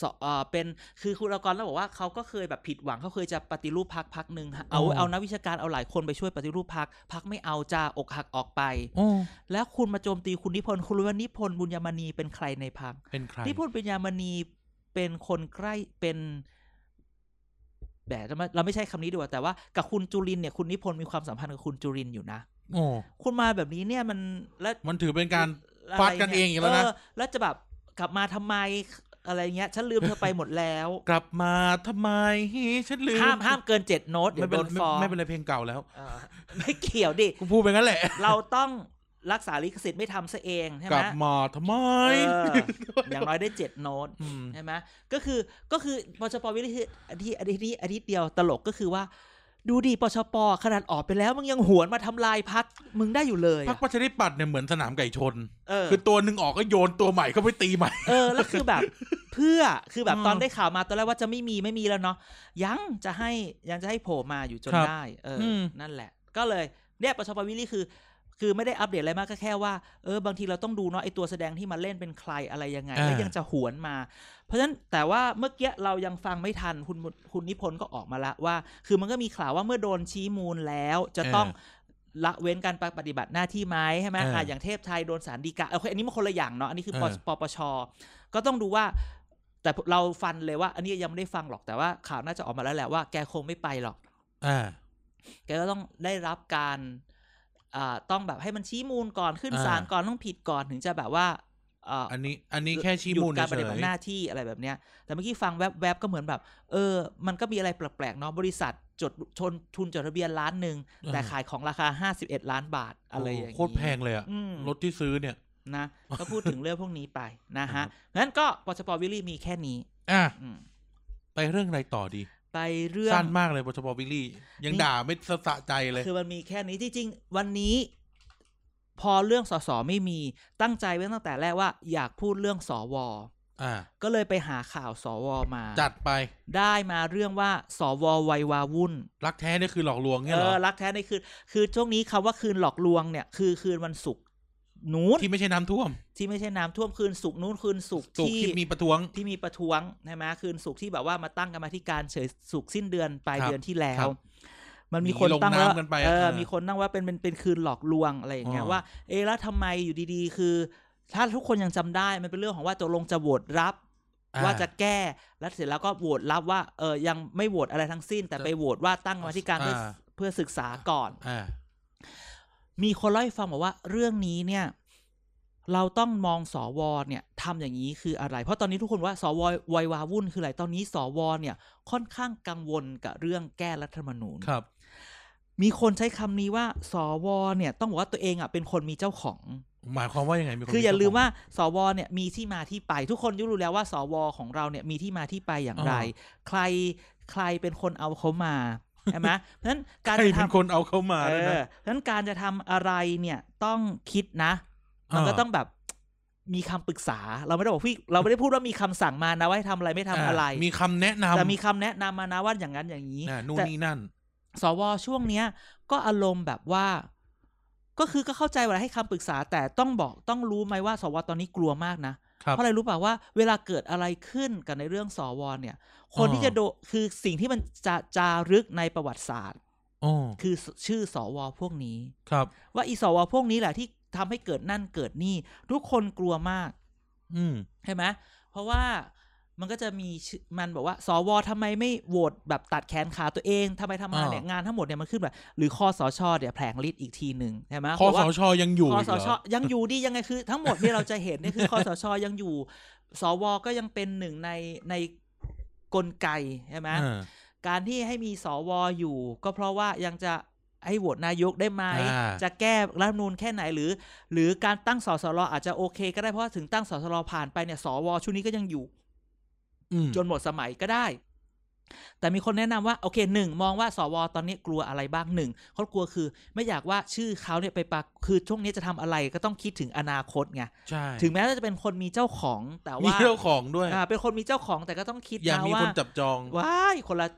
A: สอเอ่อเป็นคือคุณอลงกรแล้วบอกว่าเขาก็เคยแบบผิดหวังเขาเคยจะปฏิรูปพักพักหนึ่งเอาเอานักวิชาการเอาหลายคนไปช่วยปฏิรูปพักพักไม่เอาจ้าอกหักออกไป
B: โอ้
A: แล้วคุณมาโจมตีคุณนิพนธ์คุณรู้ว่านิพนธ์บุญยมณีเป็นใครในพัก
B: เป็นใคร
A: ที่พูดเป็นยามณีเป็นคนใกล้เป็นแบบเราไม่ใช่คำนี้ดีกว่าแต่ว่ากับคุณจุรินทร์เนี่ยคุณนิพนธ์มีความสัมพันธ์กับคุณจุรินทร์อยู่นะ
B: โอ้
A: คุณมาแบบนี้เนี่ยมันและ
B: มันถือเป็นการ
A: ะไร
B: ฟาดกันเองอีกแล้วนะ
A: แล้วจะแบบกลับมาทำไมอะไรเงี้ย ฉันลืมเธอไปหมดแล้ว
B: กลับมาทำไมฉันลืม
A: ห้ามห้ามเกินเจ็ดโน้ตเดี๋
B: ไม่
A: ยว
B: เป็
A: โด
B: น
A: น
B: ไม่
A: ฟ้อง
B: ไม่เป็นไรเพลงเก่าแล้ว
A: เออไม่เกี่ยวดิ
B: กูพูดไปงั้นแหละ
A: เราต้องรักษาลิขสิทธิ์ไม่ทำซะเองใช่
B: ก
A: ไหม
B: ลับมาทำไม
A: เอออย่างน้อยได้เจ็ดโน้ต
B: ม
A: ใช่ไหมก็คือก็คือปชปวิริคืออาทิตย์อาทิตย์นี้อาทิตย์เดียวตลกก็คือว่า ดูดิปชปขนาดออกไปแล้วมึงยังหวนมาทำลายพักมึงได้อยู่เลย
B: พร
A: อะ
B: รคประชาธิปัตย์เนี่ยเหมือนสนามไก่ชน
A: เออ
B: คือตัวหนึ่งออกก็โยนตัวใหม่เข้าไปตีใหม่
A: เออแล้วคือแบบ เพื่อคือแบบ
B: อืม
A: ตอนได้ข่าวมาตอนแรกว่าจะไม่มีไม่มีแล้วเนาะยังจะให้ยังจะให้โผล่มาอยู่จน
B: ครับ
A: ได้เอออ
B: ม
A: นั่นแหละ ก็เลยเนี่ยปชปวิริคือ คือไม่ได้อัปเดตอะไรมากก็แค่ว่าเออบางทีเราต้องดูเนาะไอตัวแสดงที่มาเล่นเป็นใครอะไรยังไงแล้วยังจะหวนมา เพราะฉะนั้นแต่ว่าเมื่อกี้เรายังฟังไม่ทันคุณคุณนิพนธ์ก็ออกมาละว่า คือมันก็มีข่าวว่าเมื่อโดนชี้มูลแล้ว จะต้องละเว้นการปฏิบัติหน้าที่ไหมใช่ไหม
B: เอออ่
A: ะอย่างเทพไทยโดนสารดีกาโอเคอันนี้มันคนละอย่างเนาะอันนี้คือ
B: เอ
A: ป
B: อ
A: ปปชก็ต้องดูว่า แต่เราฟันเลยว่า อันนี้ยังไม่ได้ฟังหรอกแต่ว่าข่าวน่าจะออกมาแล้วแหละว่าแกคงไม่ไปหรอก
B: อ่า
A: แกก็ต้องได้รับการอ่าต้องแบบให้มันชี้มูลก่อนขึ้น
B: อ่า
A: ศาลก่อนต้องผิดก่อนถึงจะแบบว่าอ่า
B: อันนี้ อันนี้แค่ชี้
A: หยุด
B: มูล
A: การป
B: เฉ
A: ฏิบั
B: ย
A: ติหน้าที่อะไรแบบเนี้ย แต่เมื่อกี้ฟังแวบๆก็เหมือนแบบ เออ มันก็มีอะไรแปลกๆเนาะ บริษัทจดชนทุนจดทะเบียนล้านหนึ่ง แต่ขายของราคา 51 ล้านบาท
B: ๆ
A: อะไรอย่างนี้
B: โคตรแพงเลยอะ
A: อืม
B: รถที่ซื้อเนี่ย
A: นะ ก็พูดถึงเรื่องพวกนี้ไปนะ
B: ครั
A: ฮะ
B: บ
A: งั้นก็ปชปวิลลี่มีแค่นี้
B: อ่ะ
A: อืม
B: ไปเรื่องอะไรต่อดี
A: ไปเรื่อง
B: สั้นมากเลยปชปวิลลี่ ยัง
A: นี่
B: ด่าไม่สะใจเลย
A: คือมันมีแค่นี้จริงๆ วันนี้ พอเรื่องสสไม่มีตั้งใจไว้ตั้งแต่แรกว่า อยากพูดเรื่องสว
B: อ่า
A: ก็เลยไปหาข่าวสวมา
B: จัดไป
A: ได้มาเรื่องว่าสววัยวาวุ่น
B: รักแท้เนี่ยคือหลอกลวงเนี่ย
A: เอ
B: เหรอ
A: อ รักแท้ในคืน คือช่วงนี้คำว่าคืนหลอกลวงเนี่ย คือคืนวันศุกร์นู้น
B: ที่ไม่ใช่น้ำท่วม
A: ที่ไม่ใช่น้ำท่วมคืนศุกร์นู้นคืนศุกร์
B: สุก
A: ที่
B: ที่มีประท้วง
A: ที่มีประท้วงใช่ไหมคืนศุกร์ที่แบบว่ามาตั้งกรรมาธิการเฉยศุกร์สิ้นเดือนปลาย
B: ครับ
A: เดือนที่แล้
B: ครั
A: ว
B: บ
A: มันมีคนตั้ง
B: หนีลง
A: แล้ว
B: น้ำกันไป
A: เอ
B: เอ
A: อ
B: อ
A: มีคนตั้งว่าเป็นเป็นเป็นคืนหลอกลวงอะไรอย่างเงี้ย
B: อ๋อ
A: ว่า เอะแล้วทำไมอยู่ดีๆ คือ ถ้าทุกคนยังจำได้มันเป็นเรื่องของว่าตกลงจะโหวตรับ
B: อ่
A: ว่าจะแก้แล้วเสร็จแล้วก็โหวตรับว่าเออยังไม่โหวตอะไรทั้งสิ้น แต่ไปโหวตว่าตั้งกรรมาธิการเพื่ออา เพื่อศึกษาก่อน
B: อ่า
A: มีคนเล่าให้ฟังบอกว่าเรื่องนี้เนี่ย เราต้องมองสวเนี่ยทำอย่างนี้คืออะไร เพราะตอนนี้ทุกคนว่าสววัยวาวุ่นคืออะไรตอนนี้สวเนี่ย ค่อนข้างกังวลกับเรื่องแก้รัฐธรรมนูญ
B: ครับ
A: มีคนใช้คำนี้ว่าสวเนี่ย ต้องบอกว่าตัวเองอ่ะเป็นคนมีเจ้าของ
B: หมายความว่ายังไงมีน
A: คืออย่าลืม
B: เจ้ขง
A: ว่าสวเนี่ยมีที่มาที่ไป ทุกคนย่อมรู้แล้วว่าสวของเราเนี่ยมีที่มาที่ไปอย่างไร
B: อ๋
A: ใครใครเป็นคนเอาเขามาใช่ไหมเพราะฉะนั้นการ
B: ใคร
A: จะ
B: เป็น
A: ทำ
B: คนเอาเข้ามา
A: เอ
B: ด้วย
A: อ
B: นะ
A: เพราะฉะนั้นการจะทำอะไรเนี่ยต้องคิดนะมันก็
B: อ่า
A: ต้องแบบมีคำปรึกษา เราไม่ได้บอกพี่เราไม่ได้พูดว่ามีคำสั่งมานะว่าให้ทำอะไรไม่ทำอะไร
B: ามีคำแนะนำ
A: แต่มีคำแนะนำมานะว่าอย่างนั้นอย่างนี้
B: อ่านู่น
A: แต่
B: นี่นั่น
A: สวช่วงเนี้ย ก็อารมณ์แบบว่า ก็คือก็เข้าใจเวลาให้คำปรึกษา แต่ต้องบอกต้องรู้ไหมว่า สวตอนนี้กลัวมากนะ
B: ครับ
A: เพราะอะไรรู้ป่าวว่าเวลาเกิดอะไรขึ้นกับในเรื่องสวเนี่ย คนที่จะโดนคือสิ่งที่มันจะจารึกในประวัติศาสตร์
B: โอ้
A: คือชื่อสวพวกนี้
B: ครับ
A: ว่าอีสวพวกนี้แหละที่ทำให้เกิดนั่นเกิดนี่ ทุกคนกลัวมาก
B: อืม
A: ใช่ไหมเพราะว่ามันก็จะมีชื่อมันบอกว่า สวทำไมไม่โหวตแบบตัดแขนขาตัวเองทำไมทำมา
B: อ่า
A: เนี่ยงานทั้งหมดเนี่ยมันขึ้นแบบหรือคอสชเนี่ยแผลงฤทธิ์อีกทีหนึ่งใช่ไหม
B: คอ
A: เพราะ
B: ส
A: ว่า
B: ชยังอยู่
A: คอ
B: อีก
A: ส
B: เหร
A: ช
B: อ
A: ยังอยู่ดียังไงคือ ทั้งหมดที่เราจะเห็นเนี่ยคือ คอสชยังอยู่ สวก็ยังเป็นหนึ่งในในกลไกใช่ไหม
B: อ่า
A: การที่ให้มีสวอยู่ ก็เพราะว่ายังจะให้โหวตนายกได้ไหม
B: อ่า
A: จะแก้รัฐธรรมนูญแค่ไหนหรือ หรือการตั้งสสรอาจจะโอเคก็ได้เพราะว่าถึงตั้งสสรผ่านไปเนี่ยสวชุดนี้ก็ยังอยู่
B: อืม
A: จนหมดสมัยก็ได้ แต่มีคนแนะนำว่าโอเคหนึ่งมองว่าสวตอนนี้กลัวอะไรบ้างหนึ่งเขากลัวคือ ไม่อยากว่าชื่อเขาเนี่ยไปปรากคือช่วงนี้จะทำอะไรก็ต้องคิดถึงอนาคตไง
B: ใช่
A: ถึงแม้ว่าจะเป็นคนมีเจ้าของแต่
B: มี
A: ว่า
B: เจ้าของด้วย
A: อ่าเป็นคนมีเจ้าของแต่ก็ต้องคิด
B: อย่า
A: นะ
B: มี
A: ว่า
B: คนจับจอง
A: ว้ายคนละ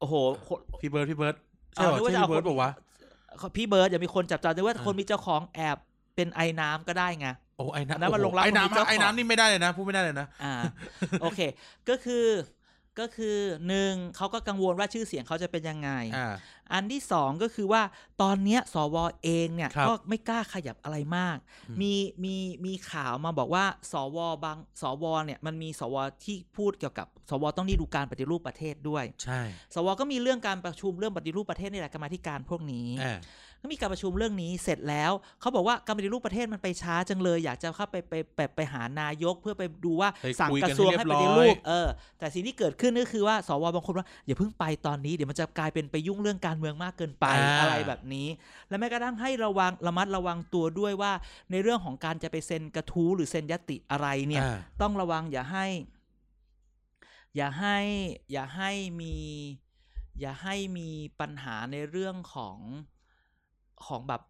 A: โอ้โหคน
B: พี่เบิร์ดพี่เบิร์ดใช่หร
A: เอา
B: อ
A: นึกว่า
B: ใช่
A: จะเอา
B: พี่เบิ
A: ค
B: ร์ด
A: น
B: บอกว่าวะ
A: พี่เบิร์ดอย่ามีคนจับจองด้วยว่า
B: อ่า
A: คนมีเจ้าของแอบเป็นไอ้น้ำก็ได้ไง
B: โอ้ไอ้
A: อัน
B: น้ำ
A: นั้นมัน
B: โอ้
A: ล
B: โห
A: งรับ
B: ไอ้
A: คนมี
B: น้ำ
A: เจ้า
B: ไอ้
A: ของ
B: น้ำนี่ไม่ได้เลยนะพูดไม่ได้เลยนะ
A: อ่า โอเค ก็คือก็คือหนึ่งเขาก็กังวลว่าชื่อเสียงเขาจะเป็นยังไง
B: อ่า
A: อันที่สองก็คือว่าตอนเนี้ยสวเองเนี่ย
B: ครับ
A: ก็ไม่กล้าขยับอะไรมาก
B: อืม
A: มีมีมีข่าวมาบอกว่า สวบางสวเนี่ยมันมีสวที่พูดเกี่ยวกับ สวต้องนี่ดูการปฏิรูปประเทศด้วย
B: ใช่
A: สวก็มีเรื่องการประชุมเรื่องปฏิรูปประเทศนี่แหละกรรมาธิการพวกนี้
B: อ่า
A: ก็มีการประชุมเรื่องนี้เสร็จแล้ว เขาบอกว่าการปฏิรูปประเทศมันไปช้าจังเลย อยากจะเข้าไปไปไปไปหานายกเพื่อไปดูว่า
B: ไป
A: สั่ง
B: คุย
A: ก
B: กั
A: ระ
B: น
A: ทรวง
B: เรีย
A: ให้
B: บ
A: ป
B: ร้อ
A: ฏิ
B: ย
A: รูปเออแต่สิ่งที่เกิดขึ้นก็คือว่าสวบางคนว่าอย่าเพิ่งไปตอนนี้เดี๋ยวมันจะกลายเป็นไปยุ่งเรื่องการเมืองมากเกินไปอะไรแบบนี้ และแม้กระทั่งให้ระวังระมัดระวังตัวด้วยว่า ในเรื่องของการจะไปเซ็นกระทู้หรือเซ็นยติอะไรเนี่ย
B: อ่า
A: ต้องระวังอย่าให้ อย่าให้อย่าให้มี อย่าให้มีปัญหาในเรื่องของของแบบ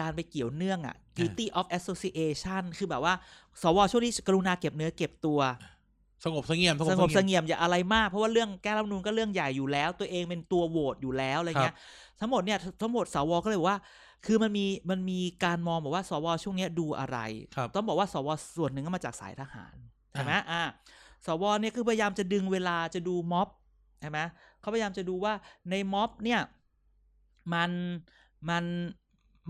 A: การไปเกี่ยวเนื่องอะ guilty of association คือแบบว่า สวช่วงนี้กรุณาเก็บเนื้อเก็บตัว
B: สงบเสงี่ยมสง
A: ส
B: บ
A: งบ
B: เส
A: เส
B: งี่ยม
A: งี่ยมอย่าอะไรมากเพราะว่าเรื่องแก้รัฐธรรมนูนก็เรื่องใหญ่อยู่แล้ว ตัวเองเป็นตัวโหวตอยู่แล้วอะไรเงี้ยทั้งหมดเนี่ยทั้งหมดสวก็เลยบอกว่า คือมันมีมันมีการมองบอกว่า สวช่วงเนี้ยดูอะไร
B: ครับ
A: ต้องบอกว่า สวส่วนหนึ่งก็มาจากสายทหารใช่ไหมอ่าสวเนี่ยคือพยายามจะดึงเวลาจะดูม็อบใช่ไหมเขาพยายามจะดูว่าในม็อบเนี่ยมันมัน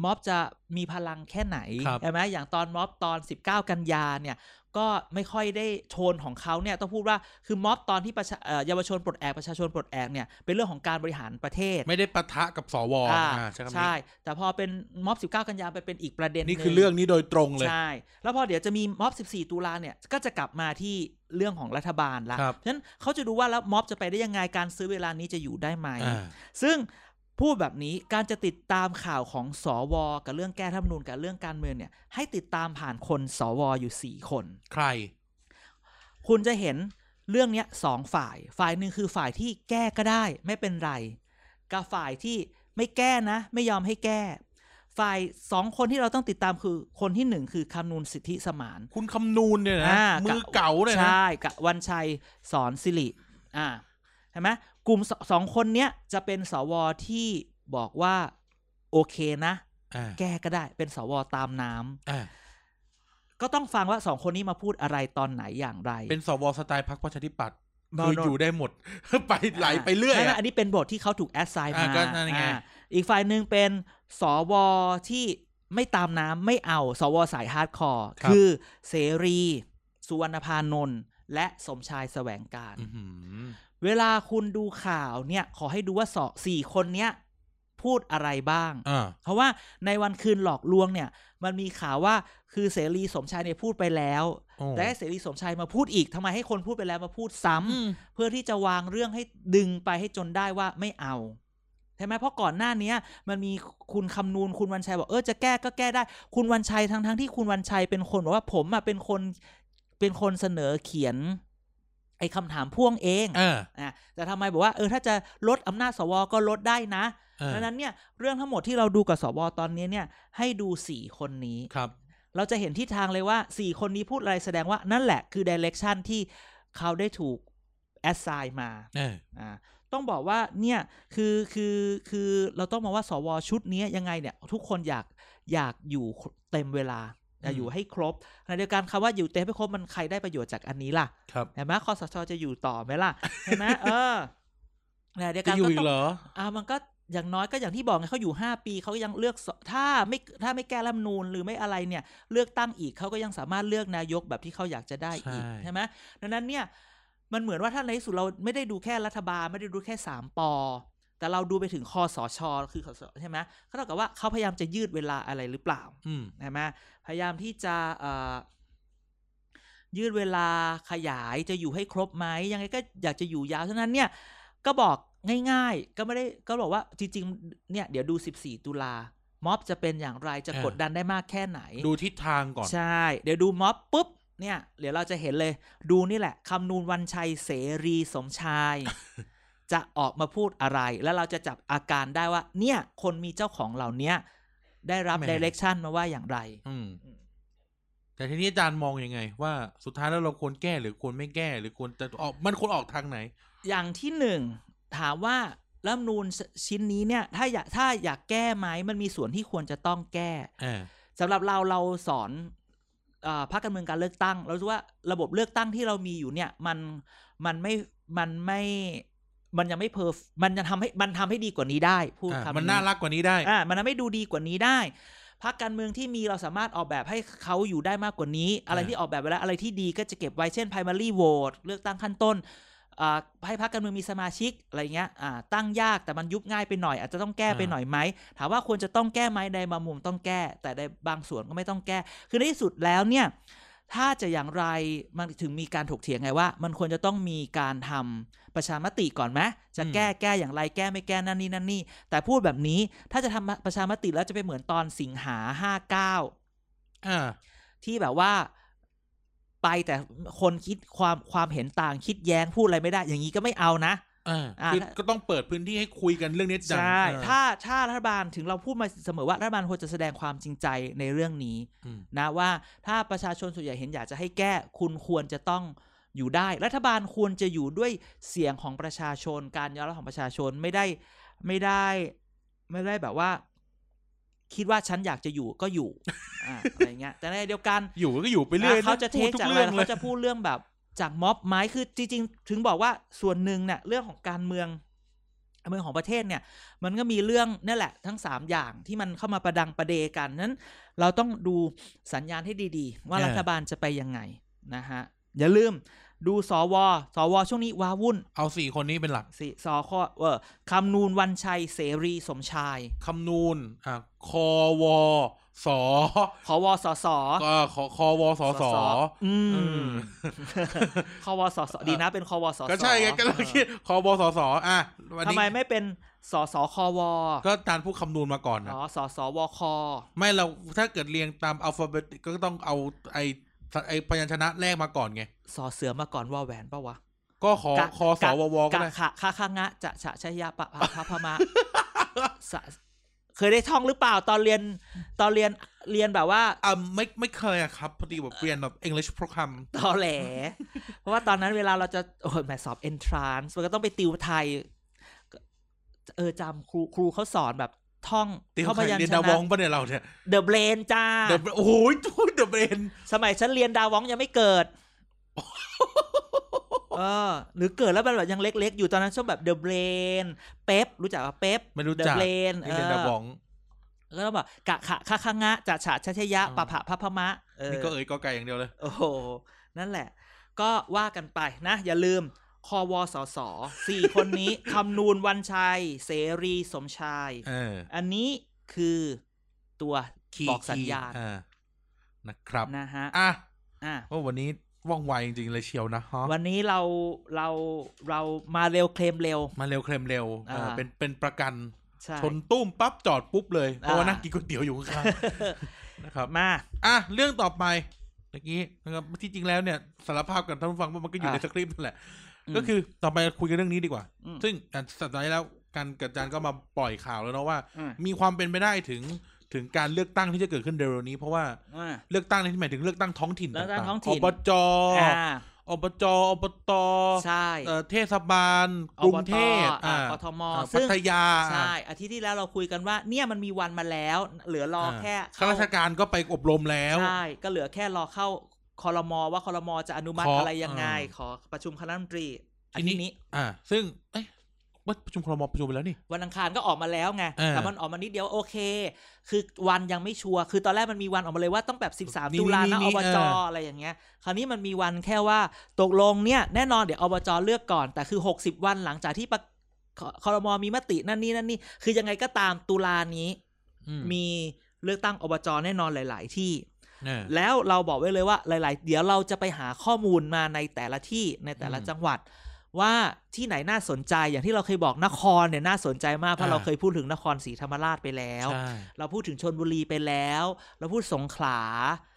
A: ม็อบจะมีพลังแค่ไหน
B: ครับ
A: ใช่ไหมอย่างตอนม็อบตอน 19 กันยาเนี่ย ก็ไม่ค่อยได้โทนของเขาเนี่ยต้องพูดว่าคือม็อบตอนที่ประชาเอ่อเยาวชนปลดแอกประชาชนปลดแอกเนี่ยเป็นเรื่องของการบริหารประเทศ
B: ไม่ได้ปะทะกับสว
A: อ่า
B: อ่าใช่คำนี้
A: ใช่ แต่พอเป็นม็อบ19 กันยาไปเป็นอีกประเด็น
B: นี่คือ
A: ห
B: เรื่องนี้โดยตรงเลย
A: ใช่แล้วพอเดี๋ยวจะมีม็อบ 14 ตุลาเนี่ยก็จะกลับมาที่เรื่องของรัฐบาลละ
B: ครับ
A: ฉะนั้นเขาจะดูว่าแล้วม็อบจะไปได้ยังไงการซื้อเวลานี้จะอยู่ได้ไหม
B: อ่า
A: ซึ่งพูดแบบนี้การจะติดตามข่าวของสว กับเรื่องแก้ธรรมนูญกับเรื่องการเมืองเนี่ยให้ติดตามผ่านคนสวอยู่สี่คน
B: ใคร
A: คุณจะเห็นเรื่องเนี้ยสองฝ่าย ฝ่ายหนึ่งคือฝ่ายที่แก้ก็ได้ ไม่เป็นไร กับฝ่ายที่ไม่แก้นะ ไม่ยอมให้แก้ ฝ่ายสองคนที่เราต้องติดตามคือคนที่หนึ่งคือคำนูนสิทธิสมาน
B: คุณคำนูนเนี่ยนะ
A: อ่า
B: มื
A: กะ
B: อเก่าเลยนะ
A: ใช่กับวันชัยสอนสิริอ่าใช่ไหมกลุ่มสสองคนเนี้ยจะเป็นสวที่บอกว่าโอเคนะ
B: อ่า
A: แก้ก็ได้เป็นสวตามน้ำ
B: อ่า
A: ก็ต้องฟังว่าสองคนนี้มาพูดอะไรตอนไหนอย่างไร
B: เป็นสวสไตล์พรรคประชาธิปัตย์
A: บอ
B: คือ
A: โน
B: อยู่ได้หม ด ไปไหลไปเรื่อย
A: ไม่ไม่
B: อะ
A: อันนี้เป็นบทที่เขาถูกแอดไซน์
B: อ่ะ
A: มา
B: ก็นั่นไง
A: อ่ะอีกฝ่ายหนึ่งเป็นสวที่ไม่ตามน้ำไม่เอา สวสายฮาร์ดคอร์คือเสรี สุวรรณพานนท์และสมชายแสวงการ
B: อื้อหือ
A: เวลาคุณดูข่าวเนี่ย ขอให้ดูว่าสอสี่คนเนี้ยพูดอะไรบ้าง
B: อ่า
A: เพราะว่าในวันคืนหลอกลวงเนี่ย มันมีข่าวว่าคือเสรีสมชายเนี่ยพูดไปแล้ว
B: โอ้
A: แต่ให้เสรีสมชายมาพูดอีกทำไมให้คนพูดไปแล้วมาพูดซ้ำ
B: อืม
A: เพื่อที่จะวางเรื่องให้ดึงไปให้จนได้ว่าไม่เอาใช่ไหมเพราะก่อนหน้าเนี้ย มันมีคุณคำนูนคุณวันชัยบอกเออจะแก้ก็แก้ได้ คุณวันชัยทั้งทั้งๆที่คุณวันชัยเป็นคนบอกว่าผมอ่ะเป็นคนเป็นคนเสนอเขียน ไอ้คำถามพ่วงเอง
B: เออ
A: อ่ะแต่ทำไมบอกว่าเออถ้าจะลดอำนาจสวก็ลดได้นะ
B: เออ
A: ดังนั้นเนี่ยเรื่องทั้งหมดที่เราดูกับสวตอนนี้เนี่ยให้ดูสี่คนนี้
B: ครับ
A: เราจะเห็นทิศทางเลยว่าสี่คนนี้พูดอะไรแสดงว่านั่นแหละคือดิเรกชันที่เขาได้ถูกแอสไซน์มา
B: เออ
A: อ่าต้องบอกว่าเนี่ยคือคือคือเราต้องมองว่าสวชุดนี้ยังไงเนี่ย ทุกคนอยากอยากอยู่เต็มเวลาอยากอยู่ให้ครบในเดียวกันคำว่าอยู่เต็มให้ครบมันใครได้ประโยชน์จากอันนี้ล่ะ
B: ครับ
A: เห็นไหมคอสชจะอยู่ต่อไหมล่ะเห็นไหมเออในเดียวกั
B: จะ
A: น
B: อยู่
A: ก็
B: อี
A: ต้อก ง
B: เหรอ
A: อ่ามันก็อย่างน้อยก็อย่างที่บอกไงเขาอยู่ 5 ปีเขาก็ยังเลือกสถ้าไม่ถ้าไม่แก้รัฐธรรมนูญหรือไม่อะไรเนี่ย เลือกตั้งอีกเขาก็ยังสามารถเลือกนายกแบบที่เขาอยากจะได้อีก
B: ใช่
A: ใช่ไหมดังนั้นเนี่ยมันเหมือนว่าถ้าในที่สุดเราไม่ได้ดูแค่รัฐบาลไม่ได้ดูแค่สามปอแต่เราดูไปถึงคอสชคือคสใช่ไหมก็เท่ากับว่าเขาพยายามจะยืดเวลาอะไรหรือเปล่า
B: อืม
A: ใช่ไหมพยายามที่จะเอ่อยืดเวลาขยายจะอยู่ให้ครบไหมยังไงก็อยากจะอยู่ยาวฉะนั้นเนี่ย ก็บอกง่ายๆ ก็ไม่ได้ก็บอกว่าจริงๆ เนี่ย เดี๋ยวดู 14 ตุลาม็อบจะเป็นอย่างไรจะ
B: อ่าก
A: กดดันได้มากแค่ไหน
B: ดูทิศทางก่อน
A: ใช่ เดี๋ยวดูม็อบปุ๊บ เนี่ย เดี๋ยวเราจะเห็นเลย ดูนี่แหละคำนูนวันชัยเสรีสมชาย จะออกมาพูดอะไร แล้วเราจะจับอาการได้ว่า เนี่ยคนมีเจ้าของเหล่าเนี้ยได้รับ
B: แหม่
A: ด r e c t ชันมาว่าอย่างไร
B: อืม แต่ทีนี้อาจารย์มองยังไง ว่าสุดท้ายแล้วเราควรแก้หรือควรไม่แก้ หรือควรจะออกมันควรออกทางไหน
A: อย่างที่หนึ่งถามว่ารัฐธรรมนูญชิ้นนี้เนี่ย ถ้าอยากถ้าอยากแก้ไหมมันมีส่วนที่ควรจะต้องแก้
B: เออ
A: สำหรับเราเราสอนเออพรรคการเมืองการเลือกตั้ง เรารู้สึกว่าระบบเลือกตั้งที่เรามีอยู่เนี่ยมันมันไม่มันไม่มันยังไม่เพอร์มันจะทำให้มันทำให้ดีกว่านี้ได้พูด
B: อ่ะ
A: คำ
B: มันน่ารักกว่านี้ได้
A: อ่ามันทำให้ดูดีกว่านี้ได้พรรคการเมืองที่มีเราสามารถออกแบบให้เขาอยู่ได้มากกว่านี้ อะไร
B: อ่า
A: ที่ออกแบบไว้แล้วอะไรที่ดีก็จะเก็บไว้เช่น primary vote เลือกตั้งขั้นต้นอ่าให้พรรคการเมืองมีสมาชิกอะไรเงี้ยอ่าตั้งยากแต่มันยุบง่ายไปหน่อย อาจจะต้องแก้ไปหน่อยไหม ถามว่าควรจะต้องแก้ไหมในบางมุมต้องแก้ แต่ในบางส่วนก็ไม่ต้องแก้ คือในที่สุดแล้วเนี่ย ถ้าจะอย่างไรมันถึงมีการถกเถียงไงว่า มันควรจะต้องมีการทำประชามติก่อนไหมจะแก้แก้อย่างไรแก้ไม่แก้นั่นนี่นั่นนี่ แต่พูดแบบนี้ถ้าจะทำประชามติแล้วจะไปเหมือนตอนสิงหาห้าเก้า
B: อ่า
A: ที่แบบว่าไปแต่คนคิดความความเห็นต่างคิดแย้งพูดอะไรไม่ได้ อย่างนี้ก็ไม่เอานะ
B: อ่า
A: อ่ะ
B: คือ
A: ถ้า
B: ก็ต้องเปิดพื้นที่ให้คุยกันเรื่องนี้จัง
A: ใช่
B: เออ
A: ถ้าถ้ารัฐบาลถึงเราพูดมาเสมอว่ารัฐบาลควรจะแสดงความจริงใจในเรื่องนี้
B: อืม
A: นะว่าถ้าประชาชนส่วนใหญ่เห็นอยากจะให้แก้คุณควรจะต้องอยู่ได้ รัฐบาลควรจะอยู่ด้วยเสียงของประชาชน การยอมรับของประชาชนไม่ได้ไม่ได้ ไม่ได้แบบว่า คิดว่าฉันอยากจะอยู่ก็อยู่อ่ะอะไรเงี้ย แต่ในเดียวกัน
B: อยู่ก็อยู่ไปเรื่อยน
A: เขาจะเท
B: พู
A: ค
B: ดทุ
A: จาก
B: ก
A: อะไร
B: เรื่องเลย
A: เขาจะพูดเรื่องแบบจากม็อบไหม้คือจริงๆ ถึงบอกว่าส่วนหนึ่งเนี่ยเรื่องของการเมืองการเมืองของประเทศเนี่ย มันก็มีเรื่องนี่แหละทั้งสามอย่างที่มันเข้ามาประดังประเดกันนั้น เราต้องดูสัญญาณให้ดีๆ ว่ารัฐบาลจะไปยังไงนะฮะ อย่าลืมดูสว สว ช่วงนี้ว้าวุ่น
B: เอาสี่คนนี้เป็นหลัก
A: สิสอคอเออคำนูนวันชัยเสรีสมชาย
B: คำนูนอ่ะคอวอสอ
A: ขวสส
B: ก็คอคอวอสอสอ
A: อื
B: อื
A: ม
B: ม
A: ขวสสดีนะเป็นขวสส
B: ก็ใช่ไงก็เราคิดคอวอสอสออ่ะวัน
A: ทำ
B: นี้
A: ไมไม่เป็นสสคอว
B: ก็อาจารย์พูดคำนูนมาก่อนนะ
A: อ๋อสสวค
B: ไม่เราถ้าเกิดเรียงตามอัลฟาเบตก็ต้องเอาไอไอพยัญชนะแรกมาก่อนไง
A: สอเสือมาก่อนวอแหวนปะวะ
B: ก็ขอก
A: ะ
B: คอส
A: กะ
B: ววก็
A: กะ
B: ได้
A: ขะคาคางะจะฉะชะยะปะพะพะพะมะสะเคยได้ท่องหรือเปล่าตอนเรียนตอนเรียนเรียนแบบว่า
B: อ่าไม่ไม่เคยอะครับ พอดีแบบเรียนแบบ English program
A: ตอแหล เพราะว่าตอนนั้นเวลาเราจะโอ้ยแหมสอบ entrance มันก็ต้องไปติวไทยก็เออจำครูครูเขาสอนแบบท่อง
B: ตี
A: ท่อง
B: เขาไป
A: พยัญ
B: เรียน
A: ช
B: ดาว
A: นะ
B: องปะเนี่ยเราเนี่ย
A: เดอะเบรนจ้า
B: เดอะโอ้โหเดอะเบรน
A: สมัยฉันเรียนดาวองยังไม่เกิด เออ หรือเกิดแล้วมันแบบยังเล็ก ๆ อยู่ตอนนั้นช่วงแบบเดอะเบรนเป๊ปรู้จักป่ะเป๊ป
B: ไม่รู้
A: เดอะ
B: จัก
A: เบรน
B: นี่เรียนดาวอง
A: แล้วก็แบบกะขะคะคะงะจะฉะชะชะยะ
B: อ่า
A: ปะผะพะพะมะเออ
B: นี่ก็เอ่ยก็ไก่อย่างเดียวเลย
A: โอ้โห นั่นแหละ ก็ว่ากันไปนะ อย่าลืมคอวสสสี่คนนี้ คำนูนวันชัย เสรีสมชาย
B: เออ
A: อันนี้คือตัว
B: คีย์
A: บอกสัญญาณ
B: คีย์อ่นะครับ
A: นะฮะ
B: อ่ะ
A: อ่ะ
B: ว่าวันนี้ว่องไวจริงๆเลยเชียวนะฮะ
A: วันนี้เราเราเรามาเร็วเคลมเร็ว
B: มาเร็วเคลมเร็วเออ
A: อ่า
B: เป็นเป็นประกัน
A: ใช่
B: ชนตุ้มปั๊บจอดปุ๊บเลยเพราะว่า
A: อ่านั่
B: นั่งกินก๋วยเตี๋ยวอยู่ข้างๆ นะครับ
A: มา
B: อ่ะเรื่องต่อไปเมื่อกี้นะครับที่จริงแล้วเนี่ยสารภาพกับท่านผู้ฟังว่ามันก็อยู่
A: อ่ะ
B: ในสคริปต์นั่นแหละ
A: อืม
B: ก็คือต่อไปคุยกันเรื่องนี้ดีกว่า
A: อืม
B: ซึ่งอ่ะสัปดาห์ที่แล้วการกับอาจารย์ก็มาปล่อยข่าวแล้วเนาะว่า
A: อืม
B: มีความเป็นไปได้ถึงถึงการเลือกตั้งที่จะเกิดขึ้นเร็วๆนี้เพราะว่า
A: อ่า
B: เลือกตั้งในที่หมายถึงเลือกตั้งท้องถิ่น
A: เลือกตั้ง
B: ต่า
A: ท้อง งถิ่
B: ๆอน บจ
A: อ่า
B: อบจอบต
A: ใช่
B: เอ่อเทศบาลกรุงเทพ
A: อ่า
B: อ่าก
A: ทม
B: อ่าพั
A: ซึ่ง
B: ทยา
A: ใช่อาทิตย์ที่แล้วเราคุยกันว่า เนี่ยมันมีวันมาแล้ว เหลือรอแค่
B: อ่าข้าราชการก็ไปอบรมแล้ว
A: ใช่ก็เหลือแค่รอเข้าคอรมอว่าคอรมอจะอนุมัติ
B: ขออ
A: อะไรยังไง
B: อ่า
A: ขอประชุมคณะรัฐมนตรี
B: ที
A: อา
B: นี้
A: ทิตย์นี้
B: อ่า ซึ่งเอ๊ะว่าประชุมครมประชุมไปแล้วนี่
A: วันอังคารก็ออกมาแล้วไง
B: อ่า
A: แต่มันออกมานิดเดียวโอเค คือวันยังไม่ชัวร์คือตอนแรกมันมีวันออกมาเลยว่าต้องแบบ 13 ตุลานะอบจอะไรอย่างเงี้ย คราวนี้มันมีวันแค่ว่าตกลงเนี่ยแน่นอนเดี๋ยวอบจเลือกก่อน แต่คือ 60 วันหลังจากที่ประคคอรมอมีมตินั่นนี่นั่นนี่คือยังไงก็ตามตุลานี้
B: อื
A: มีเลือกตั้งอบจแน่นอนหลาย ๆ ที่
B: เออ
A: แล้วเราบอกไว้เลยว่าหลาย ๆ เดี๋ยวเราจะไปหาข้อมูลมาในแต่ละที่ในแต่ละ
B: อืม
A: จังหวัด ว่าที่ไหนน่าสนใจอย่างที่เราเคยบอกนครเนี่ยน่าสนใจมากเพราะ
B: อ่า
A: เราเคยพูดถึงนครศรีธรรมราชไปแล้ว
B: ใช่
A: เราพูดถึงชนบุรีไปแล้ว เราพูดสงขลา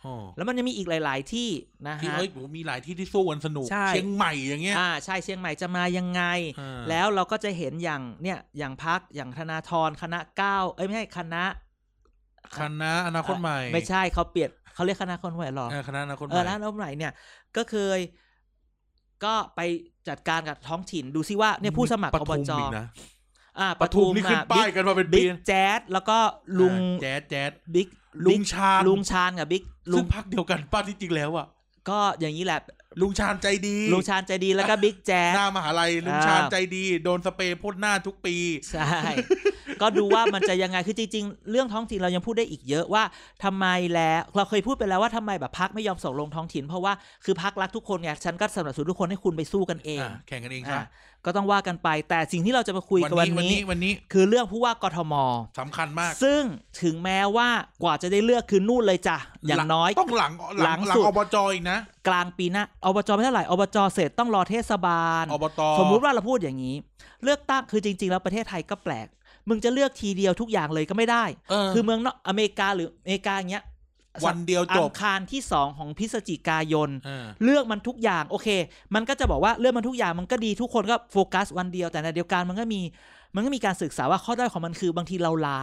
B: โอ้
A: แล้วมันยังมีอีกหลาย ๆ ที่นะ
B: ที่
A: ฮะ
B: เอ้ยผมมีหลายที่ที่สู้กันสนุก
A: ใช่
B: เชียงใหม่อย่างเงี้ย
A: อ่าใช่เชียงใหม่จะมายังไง
B: อ่า
A: แล้วเราก็จะเห็นอย่างเนี่ยอย่างพักอย่างธนาธรคณะก้าวเอ้ยไม่ใช่คณะ
B: คณะอนาคตใหม่
A: ไม่ใช่เขาเปลี่ยนเขาเรียกคณะคนใหม่หรอ
B: เออคณะอนาคตให
A: เออ
B: ม่
A: แล้วน้องไหนเนี่ยก็เคยก็ไปจัดการกับท้องถิ่นดูซิว่าเนี่ยผู้สมัคร
B: ป
A: อบ
B: ทุม
A: จ
B: อีกนะ
A: อ่า
B: ปทุมนี่ขึ้นป้าย
A: บิ๊ก
B: กันมาเป็นปี
A: บิ๊กแจ๊ดแล้วก็ลุง
B: อ่าแจ๊ดแจ๊ด
A: บิ๊ก
B: ลุงชาญ
A: ลุงชาญกับบิ๊กลุ
B: ซึ่
A: ง
B: งพักเดียวกันป้าที่จริงแล้วอ่ะ
A: ก็อย่างนี้แหละ
B: ลุงชาญใจดี
A: ลุงชาญใจดี แล้วก็บิ๊กแจ๊ด
B: หน้ามหาลัยลุงชาญ
A: อ่า
B: ใจดี โดนสเปรย์พ่นหน้าทุกปี
A: ใช่ ก็ดูว่ามันจะยังไง คือจริงๆ เรื่องท้องถิ่นเรายังพูดได้อีกเยอะว่าทำไมแล้ว เราเคยพูดไปแล้วว่าทำไมแบบพักไม่ยอมส่งลงท้องถิ่น เพราะว่าคือพักรักทุกคนไง ฉันก็สนับสนุนทุกคนให้คุณไปสู้กันเอง
B: อ่ะแข่งกันเอง
A: อ่ะ
B: ใช่
A: ก็ต้องว่ากันไป แต่สิ่งที่เราจะมาคุยกัน
B: วั
A: วัน น
B: นี้วัน
A: นี้
B: นี้วันนี้
A: คือเรื่องผู้ว่ากทม
B: สำคัญมาก
A: ซึ่งถึงแม้ว่ากว่าจะได้เลือกคือนู่นเลยจ้ะ อย่างน้อย
B: ต้องหลังหลัง
A: ห
B: ห
A: ลัง
B: ลัง
A: สุด
B: อบจอีกนะ
A: กลางปีหน้าอบจไม่เท่าไหร่อบจเสร็จต้องรอเทศบาล
B: อบต
A: สมมุติว่าเราพูดอย่างนี้ เลือกตั้งคือจริง ๆ แล้วประเทศไทยก็แปลก มึงจะเลือกทีเดียวทุกอย่างเลยก็ไม่ได้
B: เออ
A: คือเมืองนอกอเมริกาหรืออเมริกาอย่างเงี้ย
B: วันเดียวจ
A: อั
B: บ
A: งคารที่สองของพฤศจิกายน
B: เออ
A: เลือกมันทุกอย่างโอเค มันก็จะบอกว่าเลือกมันทุกอย่างมันก็ดีทุกคนก็โฟกัสวันเดียวแต่ในเดียวกันมันก็มีมันก็มีการศึกษาว่าข้อด้อยของมันคือบางทีเราล้า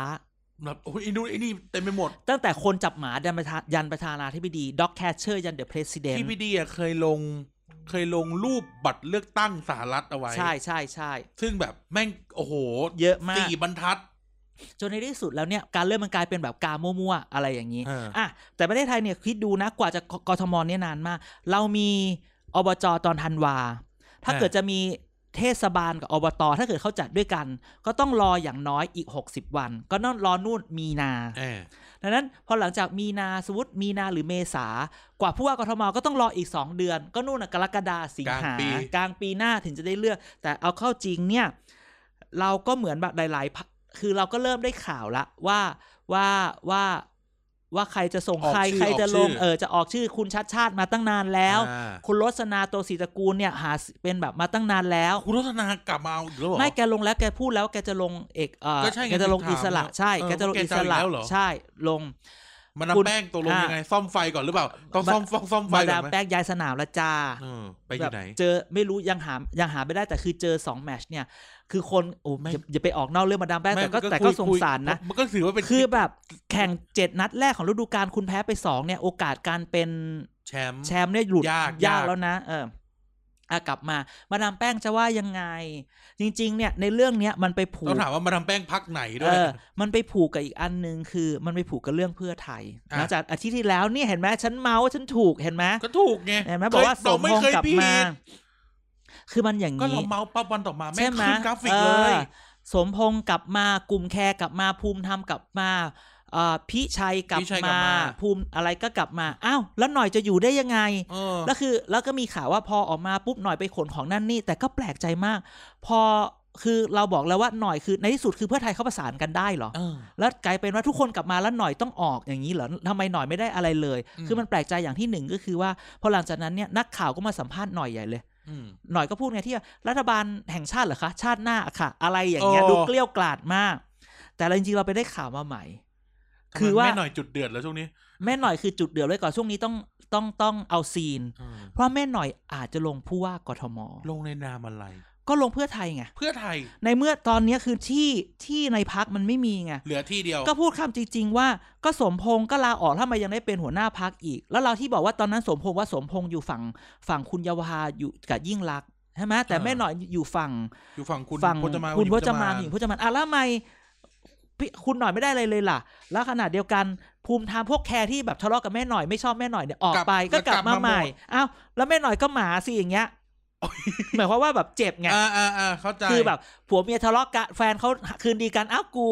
B: แบบโอ้ยไอ้นู่นไอ้นี่เต็มไปหมด
A: ตั้งแต่คนจับหมายันประธานยันประธานาธิบดีด็อกแคชเชอร์ยันเดอะเพรสิดเน
B: ที่พี่ดีอ่ะเคยลง เคยลงรูปบัตรเลือกตั้งสหรัฐเอาไว้
A: ใช่ใช่ใช่
B: ซึ่งแบบแม่งโอ้โห
A: เยอะมาก
B: สี่บรรทัด
A: จนในที่สุดแล้วเนี่ยการเริ่มมันกลายเป็นแบบกามั่วๆอะไรอย่างนี้
B: เอออ่
A: อ่ะแต่ประเทศไทยเนี่ยคิดดูนะกว่าจะกกทมเนี่ยนานมาก เรามีอบจตอนธันวา ถ้าเกิดจะมีเทศบาลกับอบตถ้าเกิดเขาจัดด้วยกัน ก็ต้องรออย่างน้อยอีก 60 วัน ก็ต้องรอนู่นมีนา
B: เออ
A: ดังนั้นพอหลังจากมีนาสมมติมีนาหรือเมษากว่าผู้ว่ากทมก็ต้องรออีก 2 เดือน ก็นู่นนะกรกฎาสิงหากลางปีหน้าถึงจะได้เลือก แต่เอาเข้าจริงเนี่ย เราก็เหมือนแบบหลายๆพรรคคือเราก็เริ่มได้ข่าวละว่าว่าว่าว่าใครจะส่งใครใครจะลงเออจะออกชื่อคุณชัดชาติมาตั้งนานแล้ว
B: อ่า
A: คุณรสนาโตศิตระกูลเนี่ยหาเป็นแบบมาตั้งนานแล้ว
B: คุณรัตนากลับมาเอาอีกแล้วเหรอ
A: ไม่แกลงแล้วแกพูดแล้วแกจะลงเอกเออ
B: ก็ใช่ไง
A: แกจะลง
B: ที่ถาม
A: อิสระ
B: แล้ว
A: ใช่
B: เออ
A: แกจะลง
B: ว่าแก
A: อิ
B: จะ
A: ส
B: เอา
A: ระ
B: อีกแล้วเหรอ
A: ใช่ลง
B: มาดาม
A: คุณ
B: แป้งตกลง
A: อ่า
B: ยังไง ซ่อมไฟก่อนหรือเปล่า ต้อง
A: มา
B: ซ่อมซ่อมซ่อมไฟ
A: มา
B: ก่
A: ดาม
B: อนไหม
A: แป้งย้ายสนามละจ้า
B: เออไปอยู่ไหน
A: แบบเจอไม่รู้ยังหายังหาไม่ได้แต่คือเจอสองแมตชเนี่ย คือคนโอ้
B: ไม่
A: อย่าอย่าไปออกนอกเรื่องมาดามแป้งแต่ก็
B: ไม่
A: แต่
B: คุ
A: ก็
B: ย
A: สง
B: คุย
A: สารนะ
B: มันก็ถือว่าเป็น
A: คือแบบแข่งเจ็ดนัดแรกของฤดูกาลคุณแพ้ไปสองเนี่ย โอกาสการเป็น
B: แชมป์
A: แชมป์เนี่ยหลุด
B: ยาก
A: ยาย
B: าก ก
A: แล้วนะ เอออ่ะกลับมามาดามแป้งจะว่ายังไง จริง ๆ เนี่ยในเรื่องเนี้ยมันไปผู
B: ต้อก งถามว่ามาดามแป้งพักไหนด้
A: เอ
B: วย
A: อ มันไปผูกกับอีกอันหนึ่งคือ มันไปผูกกับเรื่องเพื่อไทย
B: อ่ะ
A: นะจากอาทิตย์ที่แล้วเนี่ยเห็นไหมฉันเมาส์ฉันถูกเห็นไหม
B: ก็ถูกไง
A: เห็นไหมบอกว่าส
B: เคยเรา
A: ม
B: ไม่
A: พง
B: เค
A: ษ์
B: ย
A: กลับ
B: ผิด
A: มา คือมันอย่าง
B: ก็เรา
A: นี้
B: เมาส์ปั๊บวันต่อมาแม่
A: ใช่
B: ง
A: ไหม
B: ขึ้นกราฟิก
A: อ
B: เล
A: อย สมพงษ์กลับมากลุ่มแคร์กลับมาภูมิธรรมกลับมาเอ่อพิชัยกลับ
B: พิชัยกลั
A: มา
B: บมา
A: ภูมิอะไรก็กลับมาอ้าวแล้วหน่อยจะอยู่ได้ยังไง
B: เออ
A: แล้วคือแล้วก็มีข่าวว่าพอออกมาปุ๊บหน่อยไปขนของนั่นนี่ แต่ก็แปลกใจมาก พอคือเราบอกแล้วว่าหน่อยคือในที่สุดคือเพื่อไทยเขาประสานกันได้เหรอ
B: เออ
A: แล้วกลายเป็นว่าทุกคนกลับมาแล้วหน่อยต้องออกอย่างนี้เหรอทำไมหน่อยไม่ได้อะไรเลย
B: อืม
A: คือมันแปลกใจอย่างที่หนึ่งก็คือว่าพอหลังจากนั้นเนี่ยนักข่าวก็มาสัมภาษณ์หน่อยใหญ่เลย
B: อืม
A: หน่อยก็พูดไงที่ว่ารัฐบาลแห่งชาติเหรอคะ ชาติหน้าค่ะ อะไรอย่างเงี้ย
B: โอ้
A: ดูเกลี้ยวกล่อมมาก แต่จริงๆเราไปได้ข่าวมาใหม่
B: ทำไม
A: คือว่า
B: แม่หน่อยจุดเดือดแล้วช่วงนี้
A: แม่หน่อยคือจุดเดือดไว้ก่อนช่วงนี้ต้องต้องต้องเอาซีน
B: เออ
A: เพราะแม่หน่อยอาจจะลงผู้ว่ากทม
B: ลงในนามอะไร
A: ก็ลงเพื่อไทยไง
B: เพื่อไทย
A: ในเมื่อตอนเนี้ยคือที่ที่ในพักมันไม่มีไง
B: เหลือที่เดียว
A: ก็พูดคำจริง ๆ ว่าก็สมพงษ์ก็ลาออกถ้ามันยังได้เป็นหัวหน้าพักอีก แล้วเราที่บอกว่าตอนนั้นสมพงษ์ว่าสมพงษ์อยู่ฝั่งฝั่งคุณเยาวภาอยู่กับยิ่งรักษณ์ใช่ไหมแต่
B: อ่า
A: แม่หน่อยอยู่ฝั่ง
B: อยู่ฝั่งคุณ
A: ฝั่ง
B: พจมาน
A: คุณพจมาน
B: ห
A: หญิ
B: ญิ
A: ง
B: ง
A: พจมานอ่ะแล้วทำไมพี่คุณหน่อยไม่ได้อะไรเลยล่ะ แล้วขนาดเดียวกันภูมิธรรมพวกแคร์ที่แบบทะเลาะกับแม่หน่อยไม่ชอบแม่หน่อยเนี่ยออกไปก็กลับมาใหม่อ้าวแล้วแม่หน่อยก็หมาสิอย่างเงี้ย หมายความว่าแบบเจ็บไง
B: อ่าอ่าอ่าเข้าใจ
A: คือแบบผัวเมียทะเลาะกันแฟนเขาคืนดีกันอ้าวกู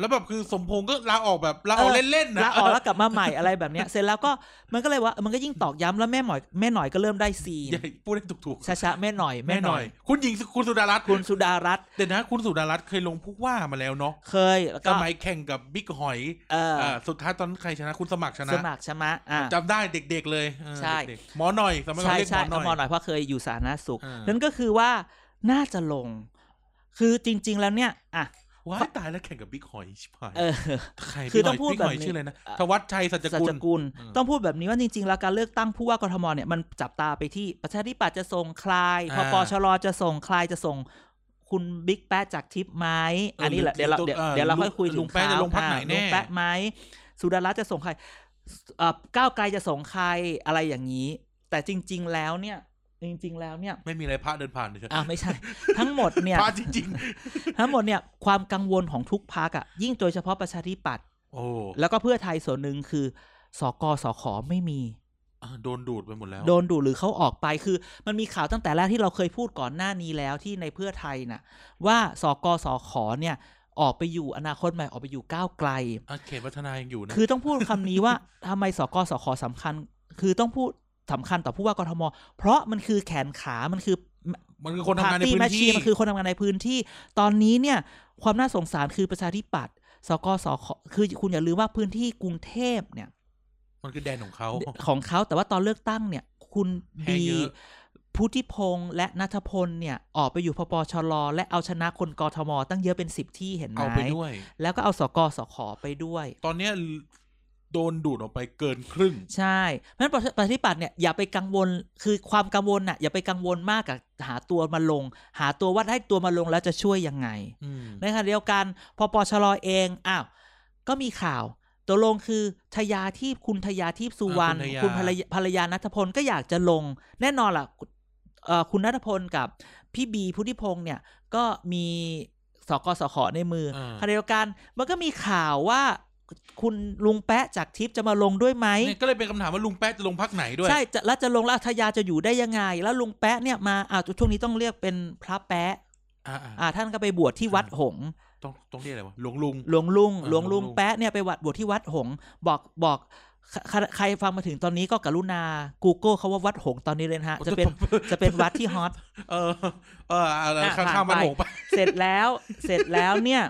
B: แล้วแบบคือสมพงษ์ก็ลาออกแบบลาออก
A: เออ
B: เล่นๆนะ
A: ลาออกแล้วกลับมาใหม่อะไรแบบเนี้ยเสร็จแล้วก็มันก็เลยว่ามันก็ยิ่งตอกย้ำแล้วแม่หมอยแม่หน่อยก็เริ่มได้ซีน
B: อย่าพูดให้ถูก
A: ช้าๆแม่หน่อย
B: ๆ
A: แม่หน่อย
B: คุณหญิงสุคุณสุดารัตน์
A: คุณสุดารัตน์
B: เดี๋ยวนะคุณสุดารัตน์เคยลงผู้ว่ามาแล้วเนาะ
A: เคยแล้ว
B: ส
A: ก็
B: มัยแข่งกับบิ๊กหอย
A: เออ
B: เอ่อสุดท้ายตอนนั้นใครชนะคุณสมัครชนะ
A: สมัครใช่ไหมอ่า
B: จำได้เด็กๆเลยเออ
A: ใช่
B: เด็กๆหมอหน่อยสมัยก่อน
A: ใช่
B: เรียกห
A: ใช่
B: มอ
A: ต้องม
B: หน่
A: อ
B: อย
A: หน่อยเพราะเคยอยู่สาธารณสุข
B: อ่านั่
A: นั่นก็คือว่าน่าจะลง คือจริง ๆ แล้วเนี่ยอ่ะ
B: ว้าตายแล้วแข่งกับบิ๊กหอยชิบหาย
A: เออ
B: ใคร
A: คือต้องพูด
B: บิ๊กหอ
A: แบ
B: ย
A: บนี้
B: ชื่ออะไรนะ
A: เอ่อ
B: ธวัชชัยสัจ
A: สั
B: กุ
A: จ
B: ล
A: กุล
B: อืม
A: ต้องพูดแบบนี้ว่าจริงๆ แล้วการเลือกตั้งผู้ว่ากทมเนี่ยมันจับตาไปที่ประชาธิปัตย์จะส่งใคลายพ
B: อ่า
A: ปชรจะส่งใคลายจะส่ง คุณบิ๊กแป๊ะจากทิพย์ไหม
B: เอออั
A: อันนี้แหละ
B: หรือ
A: เดี๋ยวเรา
B: หรือ
A: เดี๋ยว
B: เอ่อ
A: เดี๋ยวเราค่
B: ลุง
A: อยคุยถึ
B: ลุงแป๊ะจะ
A: เขา
B: ลงพรรคไหน
A: อ่า
B: แน่
A: ลุงแป๊ะไหมสุดารัตน์จะส่งใครเอ่อก้าวไกลจะส่งใครอะไรอย่างนี้ แต่จริง ๆ แล้วเนี่ย จริง ๆ แล้วเนี่ย
B: ไม่มีอะไรพระเดินผ่านเลย
A: อ่า ไม่ใช่ ทั้งหมดเนี่ย
B: พระจริง
A: ทั้งหมดเนี่ยความกังวลของทุกพักอ่ะยิ่งโดยเฉพาะประชาธิปัตย์
B: ๆ โอ้
A: แล้วก็เพื่อไทยส่วนหนึ่งคือสกสขไม่มี
B: อ่ะโดนดูดไปหมดแล้ว
A: โดนดูดหรือเขาออกไปคือ มันมีข่าวตั้งแต่แรกที่เราเคยพูดก่อนหน้านี้แล้วที่ในเพื่อไทยน่ะ ว่าสกสขเนี่ยออกไปอยู่อนาคตใหม่ออกไปอยู่ก้าวไกล
B: อ่ะเขตวัฒนายังอยู่นะ
A: คือต้องพูดคำนี้ว่า ทำไมสกสขสำคัญ คือต้องพูดสำคัญต่อผู้ว่ากทม เพราะมันคือแขนขามันคือ
B: มันคือคนทำงานใน
A: Party
B: พื้น
A: Machine
B: ที่
A: มันคือคนทำงานในพื้นที่ ตอนนี้เนี่ย ความน่าสงสารคือประชาธิปัตย์สกสขคือคุณอย่าลืมว่าพื้นที่กรุงเทพเนี่ย
B: มันคือแดนของเขา
A: ของเขาแต่ว่าตอนเลือกตั้งเนี่ย คุณ
B: แพ้
A: บี
B: เยอะ
A: พุทธิพงษ์และนัทพลเนี่ย ออกไปอยู่พปชรและเอาชนะคนกทม ตั้งเยอะเป็นสิบที่เห็นไหม
B: เอาไปด้วย
A: แล้วก็เอาสกสขไปด้วย
B: ตอนเนี้ยโดนดูดออกไปเกินครึ่ง
A: ใช่เพราะฉะนั้นประชาธิปัตย์เนี่ยอย่าไปกังวลคือความกังวลน่ะอย่าไปกังวลมากกับหาตัวมาลง หาตัวว่าให้ตัวมาลงแล้วจะช่วยยังไง
B: อืม
A: ในขณะเดียวกันพปชรเองอ้าวก็มีข่าวตกลงคือทยาทีพคุณทยาทีพสุวรรณ
B: าคุ
A: คุณ ณภร
B: ท
A: ร
B: ยา
A: ยาภรรยานัทพลก็อยากจะลง แน่นอนล่ะคุณเอ่อคุณนัทพลกับพี่บีพุทธิพงษ์เนี่ยก็มีสกสขในมืออา ขณะเดียวกันมันก็มีข่าวว่าคุณลุงแปะจากทิพย์จะมาลงด้วยไหม
B: เนี่ยก็เลยเป็นคำถามว่าลุงแป๊ะจะลงพักไหนด้วย
A: ใช่จะแล้วจะลงแล้วทยาจะอยู่ได้ยังไง แล้วลุงแปะเนี่ยมาอ้าวช่วงนี้ต้องเรียกเป็นพระแปะ
B: อ่าอ่า
A: อ่าท่านก็ไปบวชที่วัดหงส์
B: ต้องต้องเรียกอะไรวะหลวงลุง
A: หลวงลุง
B: อ่า
A: หลวงลุง
B: หลวงลุง
A: แป๊ะเนี่ยไปวัดบวชที่วัดหงส์บอกบอกใครใครฟังมาถึงตอนนี้ก็กรุณา Google เขาว่าวัดหงส์ตอนนี้เลยนะฮะ จะเป็นจะเป็นวัดที่ฮอต
B: เออ เออเอาละ
A: อ่ะ
B: ข้างข้า
A: ผ่าม น
B: มัน
A: ไป
B: หงไป
A: เสร็จแล้วเสร็จแล้วเนี่ย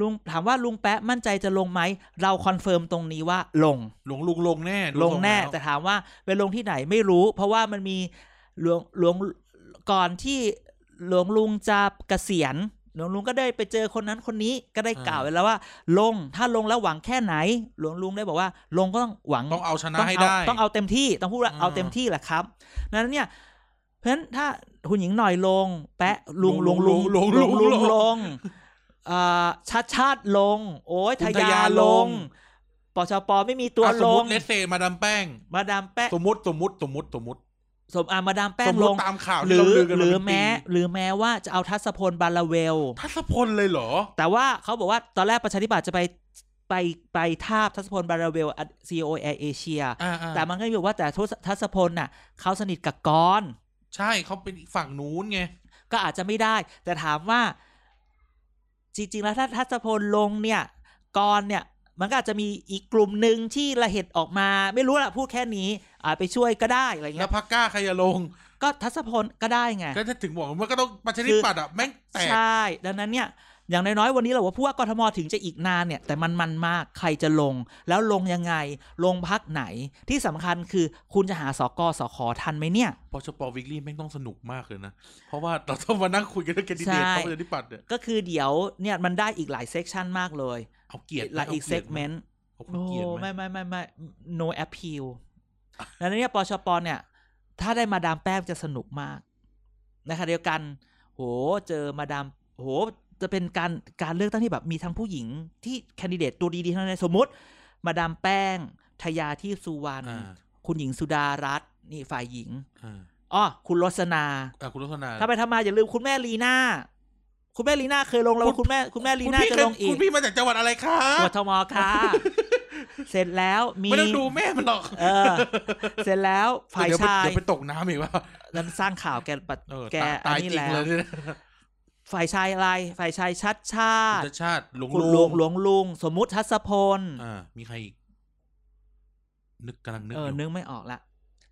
A: ลุงถามว่าลุงแป๊ะมั่นใจจะลงไหม เราคอนเฟิร์มตรงนี้ว่าลง
B: หลวงลุงลงแน่ดู
A: ลงแน่
B: ทร
A: แต่
B: ว
A: ถามว่าไปลงที่ไหนไม่รู้ เพราะว่ามันมีหลวงหลวงก่อนที่หลวงลุงจะเกษียณหลวงลุงก็ได้ไปเจอคนนั้นคนนี้ก็ได้กล่าวไว้แล้วว่า ลงถ้าลงแล้วหวังแค่ไหน หลวงลุงได้บอกว่า ลงก็ต้องหวัง
B: ต้องเอาชนะ
A: ต้อง
B: ให้
A: เอา
B: ได้
A: ต้องเอาเต็มที่ต้องพูดว่า
B: อ่า
A: เอาเต็มที่แหละครับนั้นเนี่ยเพราะฉะนั้นถ้าคุณหญิงหน่อยลง แปะลุง
B: ลุ
A: ลุ
B: ง
A: ง
B: ลุ
A: ลุ
B: ง
A: ง
B: ลุง
A: ลุ
B: ลุง
A: ง
B: ล
A: ลง
B: ง
A: อ่าชาติชาติลง โอ้ย
B: คุ
A: ท
B: ณทยาย
A: า
B: ล
A: ล
B: ง
A: งปชปไม่มีตัว
B: อ่ะส
A: ล
B: มม
A: ง
B: ติเลสเซมาดามแป้ง
A: มาดามแป้ง
B: สมมติสมมติสมมติสมมติ
A: สมอามาดามแป้
B: ส
A: ง
B: มม
A: ล
B: ติ
A: ง
B: ตามข่าว
A: ห
B: ที่
A: รือ
B: เราลือกัน
A: ห
B: มา
A: รือ
B: เป็นปี
A: แม้หรือแม้ว่าจะเอาทัศพลบาลาเวล
B: ทัศพลเลยเหรอ
A: แต่ว่าเขาบอกว่าตอนแรกประชาธิปัตย์จะไปไปไปทาบทัศพลบาลาเวลซีโอแอร์เอเชีย
B: อ่าอ่า
A: แต่มันก็มีบอกว่าแต่ทศทัศพลน่ะเขาสนิทกับกรณ์
B: ใช่เขาเป็นอีกฝั่งนู้นไง
A: ก็อาจจะไม่ได้ แต่ถามว่า จริง ๆ แล้วถ้าทัศพลลงเนี่ยกรณ์เนี่ย มันก็อาจจะมีอีกกลุ่มหนึ่งที่ละเหตุออกมา ไม่รู้ละพูดแค่นี้อาจไปช่วยก็ได้อะไร
B: แล้
A: เงี้
B: วย พักก้าใครจะลง
A: ก็ทัศพลก็ได้ไง
B: ก็จะถึงบอกว่าก็ต้องประชาธิปัตย์อ่ะแม่งแตก
A: ใช่ ดังนั้นเนี่ย อย่างน้อยๆวันนี้เราว่าผู้ว่ากทมถึงจะอีกนานเนี่ย แต่มันมันมาก ใครจะลง แล้วลงยังไง ลงพักไหน ที่สำคัญคือคุณจะหาสกสขทันไหมเนี่ย
B: ปชปวิกลี่แม่งต้องสนุกมากเลยนะ เพราะว่าเราต้องมานั่งคุยกันเรื่องแคนดิเดต
A: ใช่
B: ของประชาธิปัตย์เนี่ย
A: ก็คือเดี๋ยวเนี่ยมันได้อีกหลายเซกชันมากเลย
B: เอาเกียรติไหม
A: หลายอีกเซกเมนต์
B: เอา
A: โอ้
B: เกียรติไหม
A: ไม่ไม่ไม่ไม่ no appeal ดังนั้นเนี่ยปชปเนี่ย ถ้าได้มาดามแป้งจะสนุกมากนะคะเดียวกัน โหเจอมาดามโหจะเป็นการการเลือกตั้งที่แบบมีทั้งผู้หญิงที่แคนดิเดตตัวดีๆทั้งนั้นเลยสมมติ มาดามแป้งทยาที่สุวรรณ
B: อ่า
A: คุณหญิงสุดารัตน์นี่ฝ่ายหญิง
B: อ่า
A: อ๋อคุณรสนา
B: อ่ะคุณลักษณะ
A: ถ้าไปทำมาอย่าลืมคุณแม่ลีน่าคุณแม่ลีน่าเคยลงแล้วว่าคุณแม่คุณแม่ลีน่า
B: พี่
A: จะ
B: เคย
A: ลงอี
B: คุ
A: ก
B: ณพี่มาจากจังหวัดอะไรคะ
A: กทมค่ะเสร็จแล้วมี
B: ไม่ต้องดูแม่มันหรอก
A: เออ เสร็จแล้วฝ่าย
B: เดี๋วไป
A: ชาย
B: เดี๋ยวไปตกน้ำอีกว่า
A: นั้นสร้างข่าวแกปัด
B: เออ
A: แก
B: ตา
A: อัน
B: ยตาย
A: นี้
B: จริง
A: แล้
B: เล
A: วย
B: เนี่ย
A: ฝ่ายชายอะไรฝ่ายชายชัดชาติ
B: ชาติหลวง
A: คุณ
B: ลุ
A: ลุ
B: ง
A: งหลวงลุง สมมุติทัศพล
B: อ่า มีใครอีก นึกกำลังนึก
A: เออ
B: อยู่
A: นึกไม่ออกละ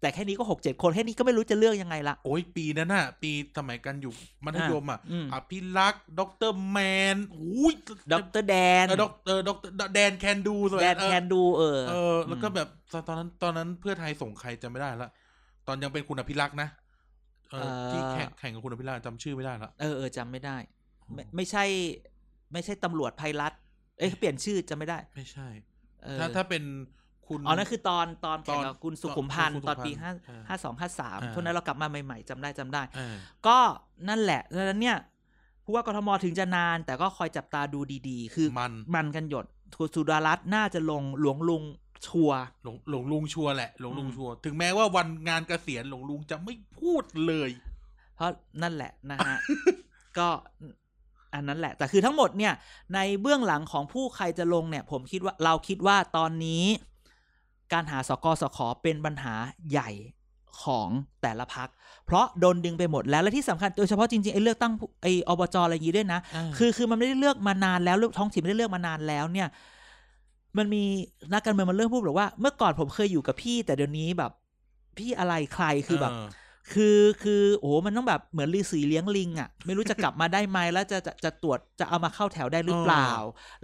A: แต่แค่นี้ก็หกเจ็ดคนแค่นี้ก็ไม่รู้จะเลือกยังไงละ
B: โอ้ยปีนั้นน่ะ ปีสมัยกันอยู่มัธยมอ่ะ
A: อ่ะอืม
B: อภิรักษ์ด็อกเตอร์แมนอุ้ย
A: ด็อกเตอร์แดน
B: เออด็อกเออด็อกเตอร์แดนแคนดูสมัย
A: แดน
B: เออ
A: แคนดูเออ
B: เออ แล้วก็แบบตอนตอนนั้น ตอนนั้นเพื่อไทยส่งใครจำไม่ได้ละ ตอนยังเป็นคุณอภิรักษ์นะเออ
A: เอ่อ
B: ที่แข่งแข่งกับคุณอภิรักษ์จำชื่อไม่ได้ละ
A: เออเออจำไม่ได้ ไม่
B: อืม
A: ไม่ใช่ ไม่ใช่ตำรวจไพรัตเอ้ยเปลี่ยนชื่อจำไม่ได้
B: ไม่ใช่
A: เออ
B: ถ้าถ้าเป็นคุณ
A: อ๋อนั่นคือตอนตอนแข่ง
B: ต
A: กั
B: อบ น
A: คุณสุขุมพันธ์
B: คุณสุขุม
A: ต
B: พัน
A: อ
B: ธ์
A: นปีห้า
B: เออ
A: ห้าสองห้าสาม
B: อ่า
A: เท่านั้นเรากลับมาใหม่ๆจำได้จำได้
B: เออ
A: ก็นั่นแหละดังนั้นเนี่ยผู้ว่ากทมถึงจะนาน แต่ก็คอยจับตาดูดีๆ คือ
B: มัน
A: มันกันหยดคุณสุดารัตน์น่าจะลงหลวงลุงชัวร์
B: หลงหลงลุงชัวร์แหละหลงลุง
A: อืม
B: ชัวร์ถึงแม้ว่าวันงานเกษียณหลงลุงจะไม่พูดเลย
A: เพราะนั่นแหละนะฮะ ก็อันนั้นแหละ แต่คือทั้งหมดเนี่ย ในเบื้องหลังของผู้ใครจะลงเนี่ย ผมคิดว่าเราคิดว่าตอนนี้ การหาสกสขเป็นปัญหาใหญ่ของแต่ละพัก เพราะโดนดึงไปหมดแล้วและที่สำคัญโดยเฉพาะจริงๆไอ้เลือกตั้งผู้ไอ้อบจอะไรอย่างนี้ด้วยนะ คือคือมันไม่ได้เลือกมานานแล้วท้องถิ่นไม่ได้เลือกมานานแล้วเนี่ย มันมีนักการเมืองมันเริ่มพูดบอกว่าเมื่อก่อนผมเคยอยู่กับพี่ แต่เดี๋ยวนี้แบบ พี่อะไรใครคือแบบ คือคือโอ้โหมันต้องแบบเหมือนลือสีเลี้ยงลิงอะ่ะ ไม่รู้จะกลับมาได้ไหมแล้วจะจะจะตรวจจะเอามาเข้าแถวได้หรือเปล่า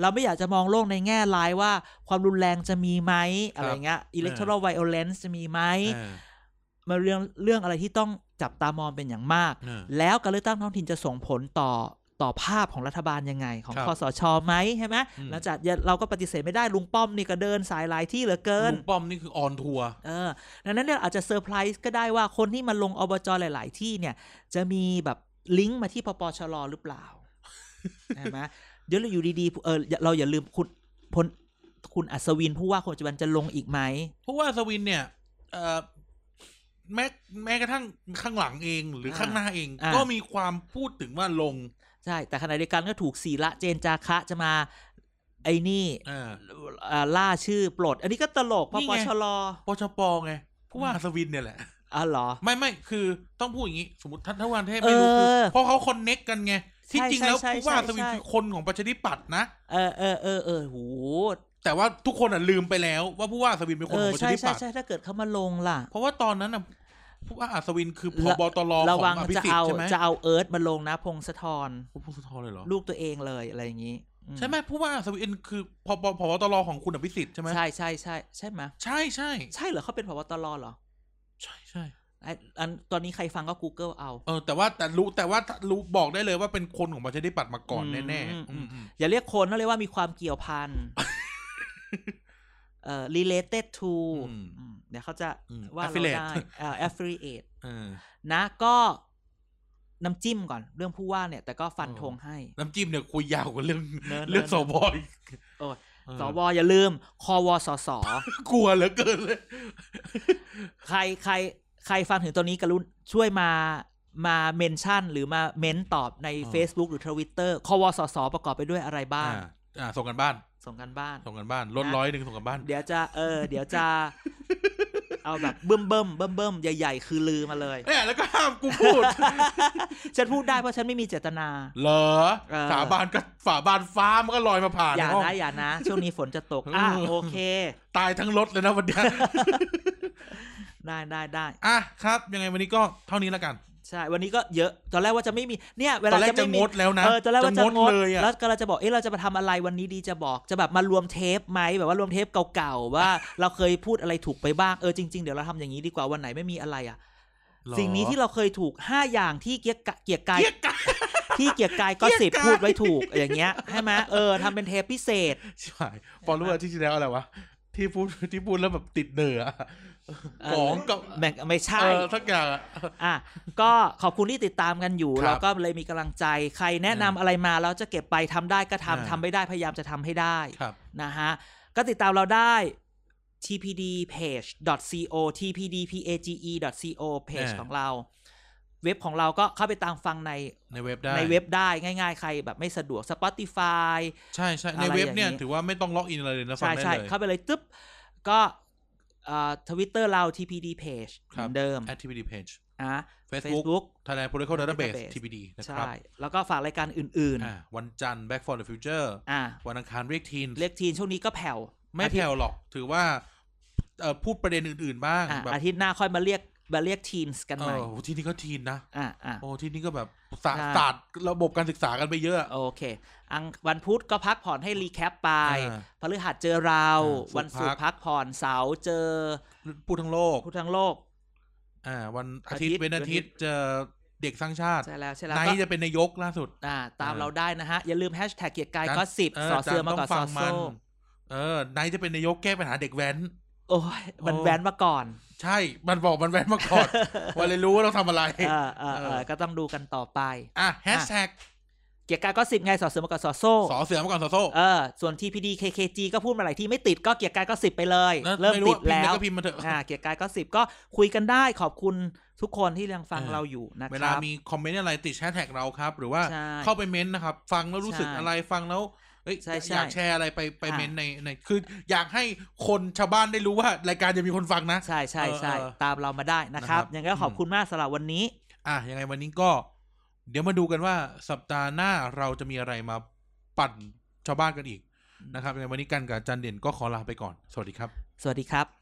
A: เราไม่อยากจะมองโลกในแง่ร้ายว่า ความรุนแรงจะมีไหมอะไรเงี้ยอิเล็กทรอนิกส์ไวโอเลนซ์จะมีไหม
B: เออ
A: มันเรื่องเรื่องอะไรที่ต้องจับตามองเป็นอย่างมาก
B: เออ
A: แล้วการเลือกตั้งท้องถิ่นจะส่งผลต่อต่อภาพของรัฐบาลยังไง ของ
B: ครับ
A: คอสชไหมใช่ไหม
B: อืม
A: หลังจากอย่าเราก็ปฏิเสธไม่ได้ลุงป้อมนี่ก็เดินสายหลายที่เหลือเกิน
B: ลุงป้อมนี่คือออนทัวร์
A: เออดังนั้นเนี่ยอาจจะเซอร์ไพรส์ก็ได้ว่าคนที่มาลงอบจหลาย ๆ ที่เนี่ย จะมีแบบลิงก์มาที่ปปชรหรือเปล่า ใช่ไหมเดี๋ยวเราอยู่ดี ๆ เอออย่าเราอย่าลืมคุณพลคุณอัศวินผู้ว่าคนปัจจุบันจะลงอีกไหม
B: เพราะว่าสวินเนี่ยเอ่อแม้แม้กระทั่งข้างหลังเองหรือ
A: อ่า
B: ข้างหน้าเอง
A: อ่า
B: ก็มีความพูดถึงว่าลง
A: ใช่ แต่ขณะเดียวกันก็ถูกศีละเจนจาคะจะมา ไอ้นี่
B: เออ
A: อ่าล่าชื่อปลด อันนี้ก็ตลกป
B: นี่
A: ป
B: ไง
A: ชร
B: ปชปไงผู้ว่าสวิน เนี่ยแหละ
A: อ๋อเหรอ
B: ไม่ไม่คือต้องพูดอย่างนี้ สมมติท่านทวันเทพไม่รู้คือ
A: เออ
B: เพราะเขาคอนเน็กกันไง ที่
A: ใช่
B: จริงแล้ว
A: ใช่ใช่
B: ผู้ว่าสวิน
A: ใช่
B: คือคนของประชาธิปัตย์นะ
A: เออเออเออเออโห
B: แต่ว่าทุกคนอ่ะลืมไปแล้วว่าผู้ว่าสวินเป็นคน
A: เอ
B: ข
A: อ
B: องประ
A: ใช่
B: ชาธิ
A: ใช่
B: ปัตย์
A: ใช่ถ้าเกิดเขามาลงล่ะ
B: เพราะว่าตอนนั้นน่ะผู้ว่าอัศวินคือพ
A: ระ
B: บตร
A: ระ
B: ขอ
A: วัง
B: งอภิ
A: จะ
B: สิท
A: เอา
B: ธิ์ใช่ไหม
A: จะเอาเอิร์ธมาลงนะพงศธร
B: โอ้พงศธรเลยเหรอ
A: ลูกตัวเองเลยอะไรอย่างนี้อื
B: ใช่ไหมผู้ว่าสวินคือพบพบตรของคุณอภิสิทธิ์ใช่ไหม
A: ใช่ใช่ใช่ใช่ไหม
B: ใช่ใช่
A: ใช่เหรอเขาเป็นผบตรเหรอ
B: ใช่ใช่
A: ไอ้อันตอนนี้ใครฟังก็ Google เอา
B: เออแต่ว่าแต่รู้แต่ว่ารู้บอกได้เลยว่าเป็นคนของประชาธิปัตย์มาก่อน
A: อืม
B: แน่
A: อืม
B: ๆอืมอืม
A: อย่าเรียกคนเขาเรียกว่ามีความเกี่ยว พันเอ่อ related to อืมเดี๋ยวเขาจะว่าเราได้เอ่อ affiliate
B: เออ
A: นะก็น้ำจิ้มก่อนเรื่องผู้ว่าเนี่ย แต่ก็ฟันธงให้
B: น้ำจิ้มเนี่ยคุยยาวกว่าเรื่อง
A: เนอะ
B: เรื่อง
A: เนอะ
B: สวอีก
A: โอ้ย
B: เออ
A: สวอย่าลืม คอวสส
B: กลัวเหลือเกินเลย
A: ใครใครใครฟังถึงตรงนี้กรุณช่วยมามาเมนชั่น หรือมาเม้นตอบใน
B: อ่า
A: Facebook หรือ Twitter คอวสสประกอบไปด้วยอะไรบ้าง
B: อ่าอ่าส่งกันบ้าน
A: ส่งกันบ้าน
B: ส่งกันบ้านลด
A: นะ
B: ร้อยหนึ่งส่งกันบ้าน
A: เดี๋ยวจะเออ เดี๋ยวจะ เอาแบบเบิ่มเบิ่มเบิ่มเบิ่มใหญ่ ๆ คือลือมาเลย
B: เนี่ยแล้วก็ห้ามกูพูด
A: ฉันพูดได้เพราะฉันไม่มีเจตนา
B: เหรอ
A: เออ
B: ฝาบานก็ฝาบานฟ้ามันก็ลอยมาผ่าน
A: อย่า
B: ห้อง
A: นะอย่านะ ช่วงนี้ฝนจะต ก อ่ะ
B: เออ
A: โอเค
B: ตายทั้งรถเลยนะวันเนี้ ย
A: ได้ได้ได้
B: อ่ะครับ ยังไงวันนี้ก็เท่านี้แล้วกัน
A: ใช่ วันนี้ก็เยอะ ตอนแรกว่าจะไม่มีเนี่ยเว
B: ต
A: ลา
B: อนแรก
A: จะ
B: จะ
A: ไม่
B: ง
A: มี
B: ดแล้วนะ
A: เออตอนแรกว่าจะงด
B: เลยอ่ะ
A: แล้วก็เราจะบอกเอ๊ะเราจะมาทำอะไรวันนี้ดีจะบอกจะแบบมารวมเทปไหมแบบว่ารวมเทปเก่าๆว่า เราเคยพูดอะไรถูกไปบ้างเออจริงๆเดี๋ยวเราทำอย่างนี้ดีกว่าวันไหนไม่มีอะไรอ่ะ สิ่งนี้ที่เราเคยถูก 5 อย่างที่เกียร์กะเกียร์กาย
B: เกลียดกัน
A: ที่เกียร์กายก็
B: เกี
A: สิ
B: ย
A: บ
B: ร์กาย
A: พูดไว้ถูกอย่างเงี้ยใช่ไหมเออทำเป็นเทปพิเศษ
B: ชิบหายฟอลโลเวอร์ที่ที่แล้วอะไรวะที่พูดที่พูดแล้วแบบติดเหนือะ
A: เออ
B: ของกับ
A: แม่งไม่ใช่
B: เออทักอย่างอะ
A: อ่ะก็ขอบคุณที่ติดตามกันอยู่
B: ครับ
A: เราก็เลยมีกำลังใจใครแนะนำ
B: อ่า
A: อะไรมาแล้วจะเก็บไปทำได้ก็ทำ
B: อ่า
A: ทำไม่ได้พยายามจะทำให้ได้
B: ครับ
A: นะฮะ ก็ติดตามเราได้ tpdpage.co tpdpage.co page ของเรา เว็บของเราก็เข้าไปตามฟังใน
B: ในเว็บได้
A: ในเว็บได้ง่ายๆ ใครแบบไม่สะดวก Spotify
B: ใช่ใช่
A: อะไร
B: ในเว็บเนี่
A: อ
B: ย
A: ย่างนี้
B: ถือว่าไม่ต้องล็อกอินอะไรเลยนะฟัง
A: ใช่
B: ได้
A: ใช่
B: เลย
A: เข้าไปเลยตึ๊บก็ ทวิตเตอร์เรา TPD Page
B: ค
A: เห
B: รับ
A: มือนเดิม
B: activity page
A: อ่ะ
B: Facebook
A: Facebook
B: Thailand Protocol Database
A: Database
B: TPD นะค
A: ใช่
B: รับ
A: แล้วก็ฝากรายการอื่น
B: อ่าวันจันทร์ Back for the Future
A: ๆ อ่ะ
B: วันอังคารเรียกทีน
A: เรียกทีนช่วงนี้ก็แผ่ว
B: ไม่แผ่วหรอกถือว่าเอ่อพูดประเด็นอื่นๆบ้าง
A: อ่ะ
B: แบบ
A: อาทิตย์หน้าค่อยมาเรียกมาเรียกทีนกัน
B: เอ
A: ใหม่
B: อโอ้ที่นี่ก็ทีนนะ
A: อ่ะอ่ะ
B: โอ้ที่นี่ก็แบบศาสตร์
A: ใช่
B: ศาสตร์ระบบการศึกษากันไปเยอะ
A: โอเค อังวันพุธก็พักผ่อนให้รีแคปไป
B: อ่า
A: พฤหัสเจอเรา
B: อ่า
A: วันศุก
B: ศุกร์
A: ร์
B: พั
A: พั
B: ก
A: กผ่อนเสาร์เจอ
B: พูดทั้งโลก
A: พุทธทั้งโลก
B: อ่าวันอาทิตย์
A: อาทิตย์
B: เป็นอาทิตย์เจอเด็กสร้างชาติ
A: ใช่แล้วใช่แล้ว
B: ไน
A: ก็
B: ท์จะเป็นนายกล่าสุด
A: อ่าตาม
B: อ่า
A: เราได้นะฮะ อย่าลืมแฮชแท็กเกียรติกาย
B: จัน
A: ก็สิบ
B: เออ
A: สอเสือ
B: จัน
A: มา
B: ต้
A: ก่อน
B: ง
A: ส
B: ฟั
A: อง โซ่
B: นเออไนท์จะเป็นนายกแก้ปัญหาเด็กแว้น
A: โอ้ยมัน
B: โอ้
A: แว้นมาก่อน
B: ใช่ มันบอกมันแว้นมาก่ อนวันเลยรู้ว่าเราทำอะไร
A: เออเออเอ
B: เออ
A: อก็ต้องดูกันต่อไป
B: อ่ะแฮชแท็ก
A: เกียรติกายก็สิบไงสอเสือมาก่อนสอโซ่
B: สอเสือมาก่อนสอโซ่
A: เออส่วน TPD KKG ก็พูดมาหลายที่ไม่ติดก็เกียรติกายก็สิบไปเลย
B: นะ
A: เริ่ม
B: ไรู้
A: ติด
B: พิมพ์
A: แล้ว
B: ก็พิมพ์มาเถอะ
A: อ่าเกียรติกายก็สิบก็คุยกันได้ขอบคุณทุกคนที่ยังฟัง
B: เออ
A: เราอยู่นะ
B: เว
A: ค
B: ลา
A: รับ
B: มีคอมเมนต์อะไรติดแฮชแท็กเราครับ หรือว่า
A: ใช่
B: เข้าไปเม้นต์นะครับ ฟังแล้วรู้สึก
A: ใช่
B: อะไรฟังแล้วเอ้ย
A: ใช่ใช่
B: อยากแชร์อะไรไปไป
A: อ่ะ
B: เม้นต์ในในคือ อยากให้คนชาวบ้านได้รู้ว่ารายการจะมีคนฟังนะ
A: ใช่ใช่ใช่
B: เออเออ
A: ตามเรามาได้นะครับ
B: นะครับ
A: ยังไงก็ขอบ
B: อืม
A: คุณมากสำหรับวันนี้
B: อ่ะยังไงวันนี้ก็ เดี๋ยวมาดูกันว่าสัปดาห์หน้าเราจะมีอะไรมาปั่นชาวบ้านกันอีกนะครับในวันนี้กันกับอาจันเด่นก็ขอลาไปก่อน สวัสดีครับ
A: สวัสดีครับ